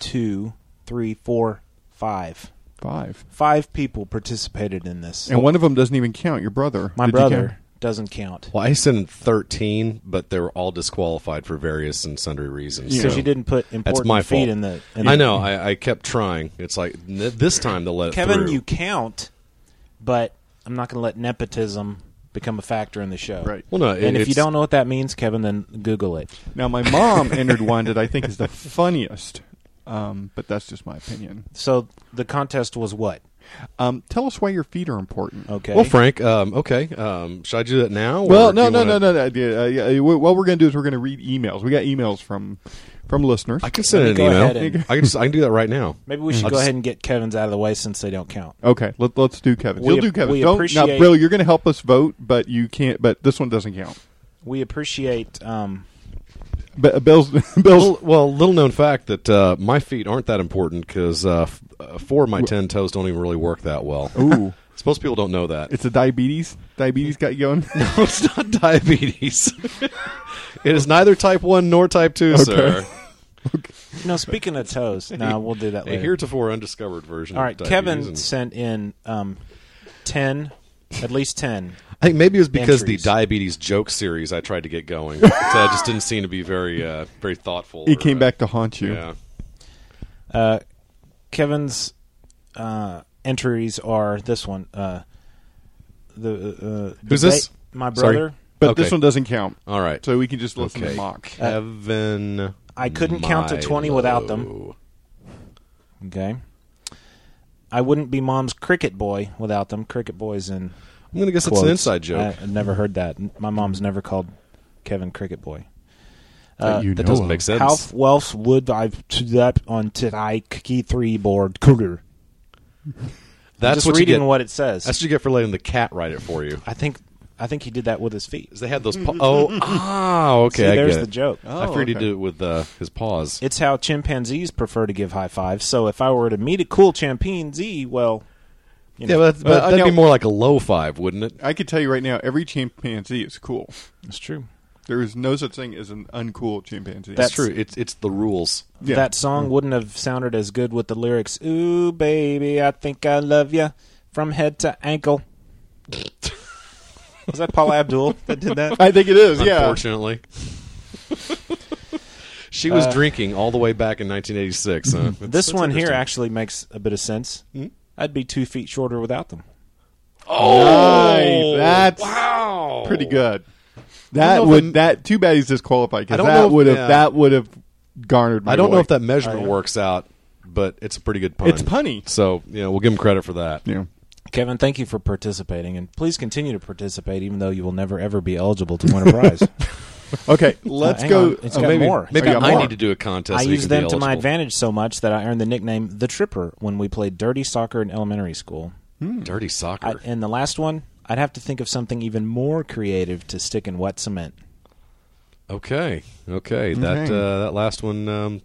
J: two, three, four, five.
I: Five.
J: Five people participated in this.
I: And one of them doesn't even count. Your brother.
J: My
I: Did you count?
J: brother doesn't count.
H: Well, I sent thirteen, but they were all disqualified for various and sundry reasons.
J: Because
H: so
J: you didn't put
H: That's
J: important
H: my
J: feet
H: fault.
J: in the. In
H: I
J: the-
H: know. I, I kept trying. It's like n- this time they'll let it
J: Kevin,
H: through.
J: you count, but I'm not going to let nepotism become a factor in the show. Right.
I: Well, no, it-
H: Uh,
J: and if you
I: it's-
J: don't know what that means, Kevin, then Google it.
I: Now, my mom entered one that I think is the funniest, um, but that's just my opinion.
J: So the contest was what?
I: Um, tell us why your feet are important.
J: Okay.
H: Well, Frank. Um, okay. Um, should I do that now? or
I: Well,
H: do
I: no,
H: you
I: no,
H: wanna-
I: no, no, no, yeah, uh, yeah, wh- What we're going to do is we're going to read emails. We got emails from from listeners. I
H: can Send an email. I can. Just, I can do that right now.
J: Maybe we should
H: I'll
J: go
H: just-
J: ahead and get Kevin's out of the way since they don't count.
I: Okay, let, let's do Kevin.
J: We
I: You'll do
J: ap-
I: Kevin.
J: we
I: Don't, Now,
J: appreciate-
I: Bill, you're going to help us vote, but you can't. But this one doesn't count.
J: We appreciate. Um,
I: But uh, Bill's
H: Little, well, little known fact that uh, my feet aren't that important because uh, f- uh, four of my ten toes don't even really work that well.
I: Ooh.
H: Most people don't know that.
I: It's a diabetes. Diabetes got you going.
H: No, it's not diabetes. It is neither type one nor type two,
J: Okay.
H: sir.
J: no, speaking of toes, no, we'll do that
H: A
J: later.
H: heretofore undiscovered version.
J: All
H: of
J: right,
H: diabetes
J: Kevin
H: and-
J: sent in um, ten, at least ten.
H: I think maybe it was because
J: entries.
H: the diabetes joke series I tried to get going but, uh, just didn't seem to be very uh, very thoughtful.
I: It
H: or,
I: came
H: uh,
I: back to haunt you.
H: Yeah.
J: Uh, Kevin's uh, entries are this one. Uh, the uh,
H: Who's
J: debate-
H: this?
J: My
H: Sorry.
J: brother.
I: But this one doesn't count.
H: All right.
I: So uh, we can just listen to
H: Okay.
I: mock.
H: Kevin.
J: I couldn't count to 20
H: Milo.
J: without them. Okay. I wouldn't be mom's cricket boy without them. Cricket boys in.
H: I'm gonna guess it's an
J: quotes.
H: inside joke.
J: I, I never heard that. N- My mom's never called Kevin cricket boy. Uh,
H: That Uh, you That know doesn't of. make sense.
J: How else would I do that on today key three board cooler?
H: That's
J: just
H: what
J: reading
H: you get,
J: what it says.
H: That's what you get for letting the cat write it for you.
J: I think I think he did that with his feet.
H: They had those. Pa- oh, ah, okay.
J: See,
H: I
J: there's
H: get
J: the
H: it.
J: joke.
H: I figured he'd do it with uh, his paws.
J: It's how chimpanzees prefer to give high fives. So if I were to meet a cool chimpanzee, well, you know,
H: yeah, but, but
I: Well,
H: that'd
I: now-
H: be more like a low five, wouldn't it?
I: I could tell you right now, every chimpanzee is cool.
J: That's true.
I: There is no such thing as an uncool chimpanzee.
H: That's, true. It's it's the rules.
I: Yeah.
J: that
H: Mm.
J: song wouldn't have sounded as good with the lyrics. Ooh, baby, I think I love you from head to ankle. Was that Paula Abdul that did that?
I: I think it is. Yeah.
H: Unfortunately. She was
J: Uh,
H: drinking all the way back in 1986. Huh? That's-
J: this
H: that's
J: one here
H: interesting.
J: actually makes a bit of sense. I'd be two feet shorter without them.
I: Nice. That's
H: Oh, wow.
I: pretty good.
H: I
I: That
H: don't know if
I: would
H: I'm-
I: that too bad he's disqualified because
H: I don't know
I: that
H: if-
I: would have
H: yeah.
I: that would have garnered. My
H: I don't know
I: vote.
H: if that
J: Oh,
H: measurement works out, but it's a pretty good pun.
I: It's punny.
H: So you know, we'll give him credit for that.
I: Yeah.
J: Kevin, thank you for participating, and please continue to participate, even though you will never ever be eligible to win a prize.
I: Okay, let's
J: hang
I: go.
J: on. It's
I: uh,
J: got
I: maybe,
J: more.
H: Maybe
J: I got
H: I
J: Oh, more.
H: need to do a contest.
J: I
H: so you
J: used
H: can be
J: them to my
H: eligible.
J: advantage so much that I earned the nickname "the Tripper" when we played dirty soccer in elementary school.
H: Dirty soccer.
J: I, and the last one, I'd have to think of something even more creative to stick in wet cement.
H: Okay, okay. That
I: Okay.
H: uh, that last one. Um,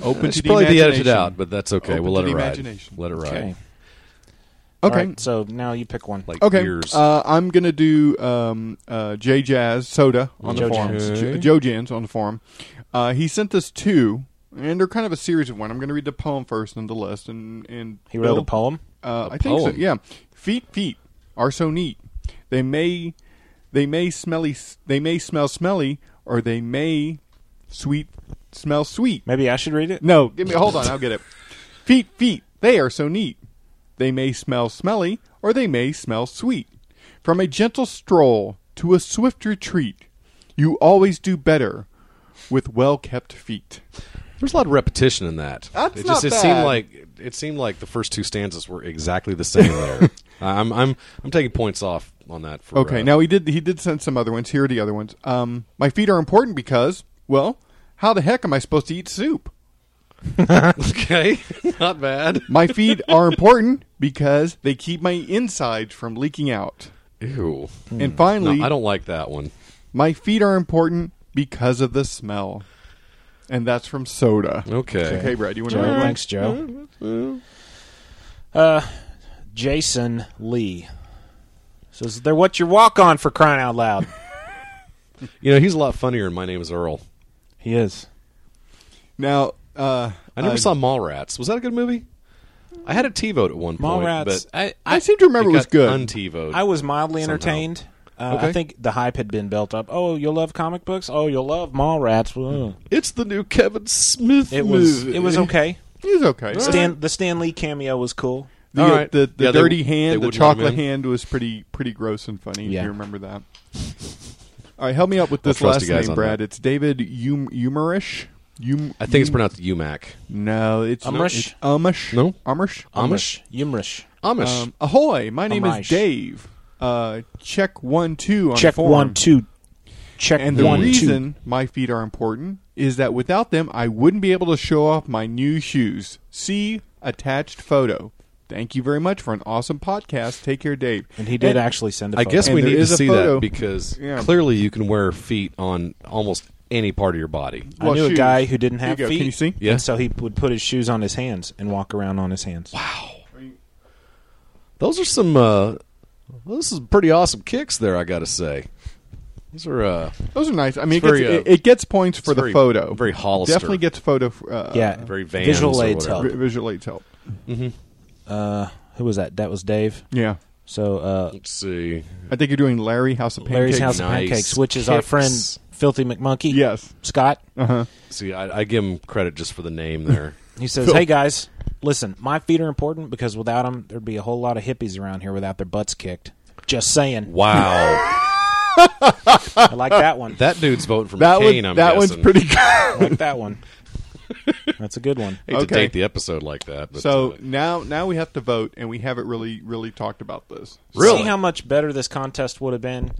I: Open
H: uh,
I: to
H: should
I: the
H: probably be edited
I: imagination.
H: out, but that's okay.
I: Open
H: we'll let
I: to
H: it
I: the
H: ride.
I: imagination.
H: Let it ride.
J: Okay.
I: Okay.
J: All right, so now you pick one.
H: Like
I: Okay,
H: ears.
I: Uh, I'm gonna do um, uh, J Jazz Soda on
J: Joe
I: the forum.
J: Jans.
I: J- Joe Jans on the forum. Uh, he sent us two, and they're kind of a series of one. I'm gonna read the poem first in the list, and and
J: he wrote a
I: Bill-
J: poem.
I: Uh,
H: A
I: I think so.
H: poem?
I: Yeah, feet feet are so neat. They may they may smelly they may smell smelly, or they may sweet smell sweet.
J: Maybe I should read it.
I: No, give me. Hold on, I'll get it. Feet, feet, they are so neat. They may smell smelly, or they may smell sweet. From a gentle stroll to a swift retreat, you always do better with well-kept feet.
H: There's a lot of repetition in that.
I: That's
H: it
I: not
H: just it
I: bad.
H: seemed like it seemed like the first two stanzas were exactly the same there. I'm I'm I'm taking points off on that for
I: Okay,
H: uh,
I: now he did he did send some other ones. Here are the other ones. Um, my feet are important because, well, how the heck am I supposed to eat soup?
H: Okay. Not bad.
I: My feet are important because they keep my insides from leaking out.
H: Ew.
I: And finally,
H: Hmm. No, I don't like that one.
I: My feet are important because of the smell. And that's from soda.
H: Okay.
I: Okay, Brad, you want to
J: Joe,
I: read one?
J: thanks, Joe. Uh, Jason Lee says they're what you walk on for crying out loud.
H: You know, he's a lot funnier and my name is Earl.
J: he is.
I: Now, uh,
H: I never
I: uh,
H: saw Mallrats. Was that a good movie? I had a T vote at one point.
J: Mallrats.
H: but
J: I,
I: I seem to remember it was
H: got
I: good.
H: Un-T vote.
J: I was mildly
H: Somehow.
J: entertained. Uh, I
H: Okay.
J: think the hype had been built up. Oh, you'll love comic books. Oh, you'll love Mallrats. Whoa.
H: It's the new Kevin Smith
J: It was.
H: movie.
J: It was okay.
I: He's okay.
J: Stan, the Stan Lee cameo was cool.
I: The,
O: All right.
I: the, the
O: Yeah, they
I: dirty
O: w- they
I: hand, the
O: wouldn't let 'em
I: chocolate
O: in.
I: hand was pretty pretty gross and funny. If
J: Yeah.
I: you remember that. All right, help me out with
O: I'll
I: this
O: trust
I: last
O: you guys
I: name,
O: on
I: Brad. It's David um, Umerish. Um,
H: I think it's pronounced Umac.
I: No, it's
J: Umrish?
I: it's Amish. No, Amish.
H: Amish?
J: Umrish.
H: Amish.
I: Um, ahoy! My name is
J: Amish.
I: Dave. Uh, check one two on
J: Check
I: form.
J: one, two. Check
I: And the
J: one, two.
I: reason my feet are important is that without them, I wouldn't be able to show off my new shoes. See attached photo. Thank you very much for an awesome podcast. Take care, Dave.
J: And he did actually send a
H: I guess
I: And
H: we
I: there
H: need to
I: is a
H: see
I: photo.
H: that because
I: Yeah.
H: clearly you can wear feet on almost any part of your body.
J: I knew a guy who didn't
I: Here
J: have
I: you go.
J: feet.
I: Can you see?
J: and
H: Yeah.
J: so he would put his shoes on his hands and walk around on his hands. Wow.
H: Those are some. Uh, those is pretty awesome kicks there. I gotta say, those are. Uh,
I: Those are nice. I mean, it
H: it's
I: gets,
H: very, uh,
I: it, it gets points
H: it's
I: for the
H: very-
I: photo.
H: very Hollister.
I: Definitely gets photo. Uh,
J: Yeah.
H: Very Vans
J: Visual
H: or
J: aids
H: whatever.
J: help.
I: vi- Visual aids help.
J: Uh, who was that? That was Dave.
I: Yeah.
J: So uh,
H: Let's see.
I: I think you're doing Larry House of Pancakes.
J: Larry's House of
H: Nice
J: Pancakes, which is our
H: kicks.
J: friend Filthy McMonkey.
I: Yes.
J: Scott.
I: Uh-huh.
H: See, I, I give him credit just for the name there.
J: He says, "Hey guys, listen, my feet are important because without them, there'd be a whole lot of hippies around here without their butts kicked." Just saying.
H: wow,
J: I like that one.
H: that dude's voting for
I: That,
H: McCain.
I: one,
H: I'm
I: that one's
H: guessing.
I: pretty good.
J: I like that one. That's a good one.
H: Hate to
I: okay.
H: date the episode like that. But,
I: so
H: uh,
I: now now we have to vote, and we haven't really really talked about this.
H: Really?
J: See how much better this contest would have been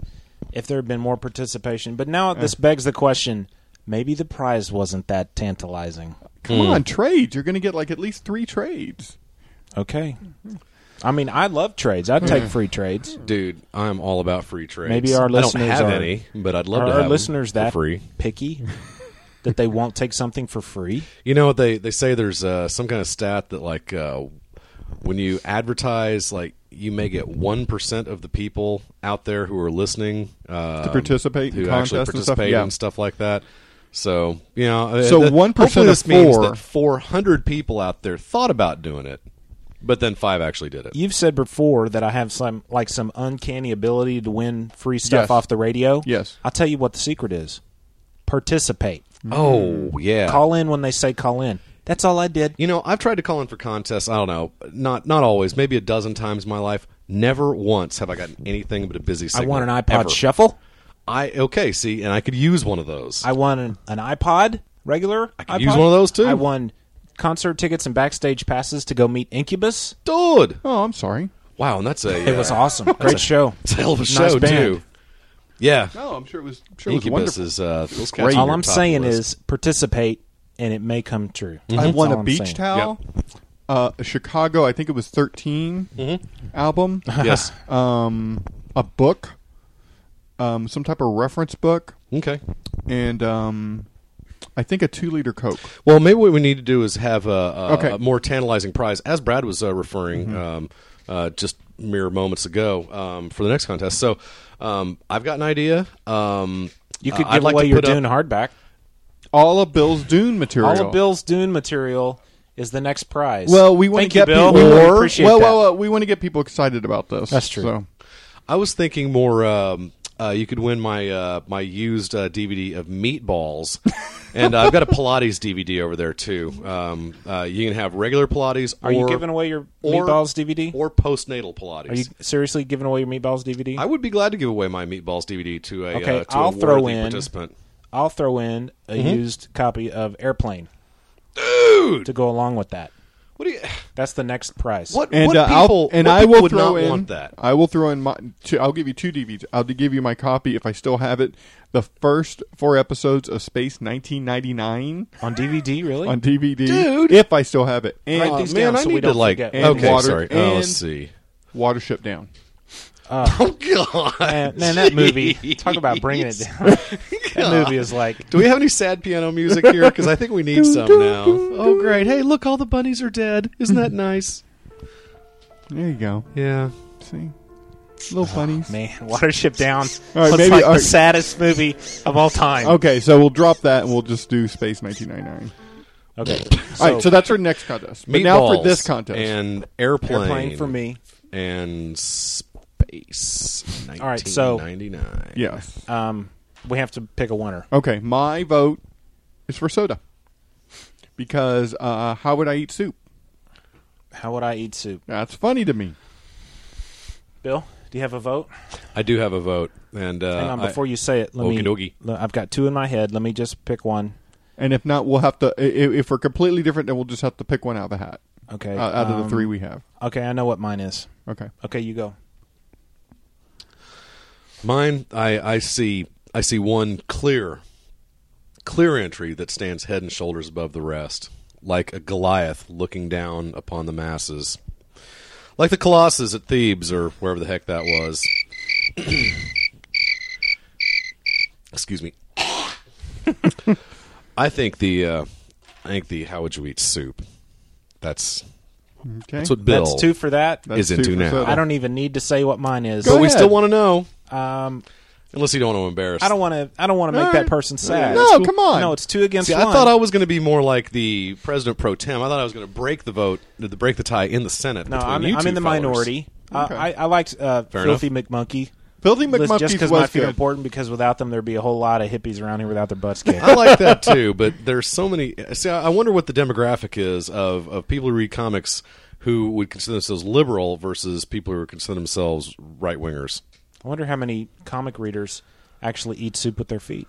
J: if there had been more participation. But now this begs the question: maybe the prize wasn't that tantalizing.
I: Come on, trades. You're going to get like at least three trades.
J: Okay. I mean, I love trades. I'd
H: Hmm.
J: take free trades.
H: dude, I'm all about free trades.
J: Maybe our listeners
H: I don't have
J: are-
H: any, but I'd love
J: Are
H: to
J: our
H: have
J: listeners
H: them for
J: that
H: free.
J: picky that they won't take something for free?
H: You know, they they say there's uh, some kind of stat that like uh, when you advertise, like you may get one percent of the people out there who are listening um,
I: To participate in
H: who actually
I: contests and stuff?
H: participate
I: Yeah.
H: and stuff like that. So you know,
I: So
H: uh, that-
I: 1%
H: hopefully this
I: of
H: means
I: four-
H: that 400 people out there thought about doing it, but then five actually did it.
J: You've said before that I have some like some uncanny ability to win free stuff
I: Yes.
J: off the radio.
I: Yes.
J: I'll tell you what the secret is. Participate.
H: Oh yeah,
J: Call in when they say call in. That's all I did.
H: You know, I've tried to call in for contests. I don't know, not not always, maybe a dozen times in my life. Never once have I gotten anything but a busy.
J: I
H: Signal,
J: want an iPod
H: ever.
J: shuffle.
H: I okay, see, and I could use one of those.
J: I won an, an iPod, regular. I
H: could use one of those, too.
J: I won concert tickets and backstage passes to go meet Incubus.
H: Dude,
I: Oh, I'm sorry.
H: wow, and that's a
J: It was awesome. Great show.
H: It's a hell of a
J: Nice
H: show
J: band.
H: too. Yeah,
I: No, I'm sure it was. I'm sure it was
H: Incubus
I: wonderful.
H: is uh, those guys
I: Great.
H: are
J: All
H: your
J: I'm
H: top
J: saying
H: list.
J: is participate, and it may come true.
H: Mm-hmm.
I: I
J: That's
I: won
J: all
I: a
J: I'm
I: beach
J: saying.
I: towel. Uh, a Chicago, I think it was 13
J: Mm-hmm.
I: album.
H: yes,
I: Um, a book, um, some type of reference book,
H: okay.
I: and um, I think a two liter Coke.
H: Well, maybe what we need to do is have a, a,
I: Okay.
H: a more tantalizing prize, as Brad was uh, referring um, uh, just mere moments ago um, for the next contest. So um, I've got an idea. Um,
J: You
H: uh,
J: could
H: I'd
J: give
H: like
J: away
H: to
J: your
H: put up-
J: Dune hardback.
I: All of Bill's Dune material.
J: All of Bill's Dune material is the next prize.
I: Well, we want
J: Thank
I: to get
J: you, Bill.
I: people.
J: We really
I: Or-
J: appreciate
I: well,
J: that.
I: well, well, we want to get people excited about this.
J: That's true.
I: So,
H: I was thinking more. Um, uh, you could win my uh, my used uh, DVD of Meatballs, and I've got a Pilates DVD over there too. Um, uh, you can have regular Pilates.
J: Are you
H: or-
J: giving away your
H: or-
J: Meatballs DVD?
H: or postnatal Pilates?
J: Are you seriously giving away your Meatballs DVD?
H: I would be glad to give away my Meatballs DVD to a
J: Okay,
H: uh, to a
J: I'll
H: worthy
J: throw in-
H: participant.
J: I'll throw in a
I: Mm-hmm.
J: used copy of Airplane
H: Dude,
J: to go along with that.
H: what do you?
J: That's the next prize.
H: What
I: and
H: what
I: uh,
H: people
I: I'll, and
H: what
I: I
H: people
I: will
H: would
I: throw
H: not
I: in
H: want that?
I: I will throw in my. Two, I'll give you two DVDs. I'll give you my copy if I still have it. The first four episodes of Space 1999
J: on DVD? Really?
I: on DVD,
H: Dude.
I: if I still have it, and
J: Write
H: Aw,
J: these
H: man,
J: down
H: I
J: so
H: need
J: we don't
H: to like.
J: forget.
I: And
H: Okay,
I: water-
H: sorry. Oh, let's
I: and-
H: see.
I: Watership Down.
H: Oh God,
J: Man, man, that movie. Talk about bringing it down. that movie is like
H: Do we have any sad piano music here? Because I think we need some now. Oh, great. Hey, look, all the bunnies are dead. Isn't that nice?
I: There you go.
H: Yeah.
I: See,
H: Oh,
I: little bunnies.
J: man, Watership Down
I: All right,
J: was
I: maybe-
J: like
I: all
J: the
I: right.
J: saddest movie of all time.
I: Okay, so we'll drop that and we'll just do Space 1999.
J: Okay.
I: All right, so that's our next contest. But now for this contest,
H: And airplane.
J: airplane for me.
H: And space.
J: All right, so-
H: 1999.
I: yes.
J: Um, we have to pick a winner.
I: Okay, my vote is for soda because uh, how would I eat soup?
J: How would I eat soup?
I: That's funny to me.
J: Bill, do you have a vote?
H: I do have a vote, and uh,
J: Hang on, before you say it, let me.
H: Okey-dokey.
J: le- I've got two in my head. Let me just pick one.
I: And if not, we'll have to. i- i- If we're completely different, then we'll just have to pick one out of a hat.
J: Okay.
I: Uh, out of the
J: um,
I: three we have.
J: Okay, I know what mine is.
I: Okay.
J: Okay, you go.
H: Mine, I, I see, I see one clear, clear entry that stands head and shoulders above the rest, like a Goliath looking down upon the masses, like the Colossus at Thebes or wherever the heck that was. Excuse me. I think the, uh, I think the how would you eat soup? That's
I: Okay.
H: that's what Bill.
J: That's two for that.
H: Is into now.
J: I don't even need to say what mine is.
H: But we still want to know,
J: Um,
H: unless you don't want to embarrass.
J: I don't want to. I don't want to make
H: All
J: that
H: right.
J: person sad.
H: No, come on.
J: No, it's two against
H: See,
J: one.
H: I thought I was going to be more like the president pro tem. I thought I was going to break the vote, the break the tie in the Senate.
J: No,
H: between
J: I'm,
H: you
J: I'm
H: two
J: in the
H: fellers.
J: minority. Uh,
H: Okay.
J: I, I liked uh,
H: Fair
J: Filthy McMonkey.
I: Filthy
J: Just- Just
I: McMonkeys
J: because
I: was
J: I feel
I: good.
J: important, because without them, there'd be a whole lot of hippies around here without their butts kicked.
H: I like that too, but there's so many. See, I I wonder what the demographic is of of people who read comics who would consider themselves liberal versus people who consider themselves right wingers.
J: I wonder how many comic readers actually eat soup with their feet.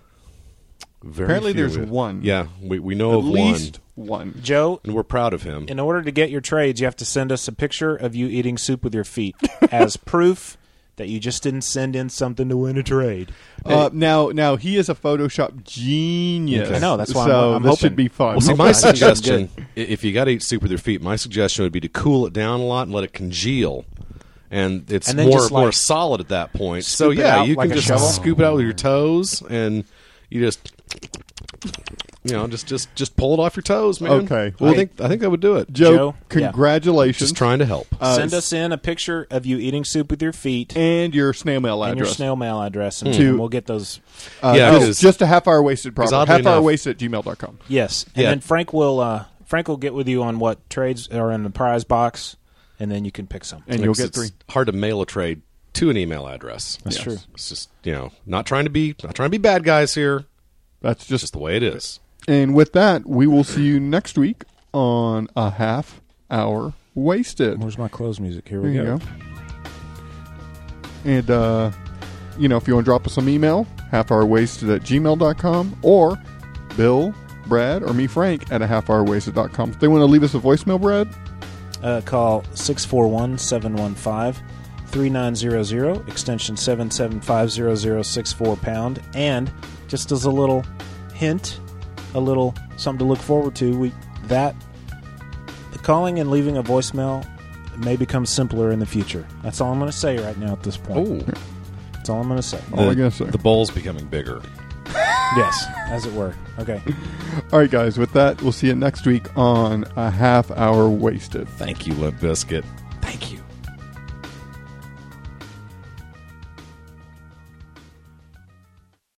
I: Apparently there's one.
H: Yeah, we we know
I: At
H: of
I: least
H: one.
I: one.
J: Joe,
H: and we're proud of him.
J: in order to get your trades, you have to send us a picture of you eating soup with your feet as proof that you just didn't send in something to win a trade.
I: Uh, now, now he is a Photoshop genius.
J: Okay. No, that's why I'm-
I: so
J: I'm
I: this
J: hoping.
I: should be fun.
H: Well, see,
J: I'm
H: my
J: hoping I think that's
H: suggestion, i- if you got to eat soup with your feet, my suggestion would be to cool it down a lot and let it congeal, and it's
J: And then
H: more
J: just,
H: more
J: like,
H: solid at that point.
J: scoop
H: So
J: it
H: yeah,
J: out
H: you
J: like
H: can
J: a
H: just
J: shovel?
H: scoop it out with your toes, and you just you know just just just pull it off your toes, man.
I: Okay.
H: Well, I
I: Hey.
H: think I think that would do it.
I: Joe,
J: Joe, yeah.
I: congratulations.
H: Just trying to help.
I: Uh,
J: send us in a picture of you eating soup with your feet
I: and your snail mail
J: and your
I: address.
J: snail mail address, and
I: Hmm. To-
J: we'll get those.
I: uh,
H: Yeah,
J: oh,
I: just,
H: because-
I: just a half hour wasted problem.
H: oddly
I: Half hour
H: enough-
I: wasted at gmail.com.
J: Yes, and
H: Yeah.
J: then Frank will uh, Frank will get with you on what trades are in the prize box, and then you can pick some.
I: And you'll
H: Because
I: get three.
H: it's Hard to mail a trade to an email address.
J: That's true.
H: It's just you know not trying to be not trying to be bad guys here.
I: That's
H: It's just the way it is.
I: And with that, we will see you next week on a half hour wasted.
J: Where's my close music? Here
I: There
J: we
I: you
J: go.
I: go. And, uh, you know, if you want to drop us some email, halfhourwasted at gmail.com or Bill, Brad, or me, Frank, at a halfhourwasted.com. If they want to leave us a voicemail, Brad,
J: Uh, call 641-715-3900, extension 7750064 pound. And just as a little hint, a little something to look forward to, we that the calling and leaving a voicemail may become simpler in the future. That's all I'm going to say right now at this point.
H: Oh,
J: That's all I'm going to say.
I: all I
H: the,
I: gotta say.
H: the bowl's becoming bigger.
J: yes, as it were. Okay.
I: All right, guys, with that, we'll see you next week on a half hour wasted.
H: Thank you, Limp Biscuit.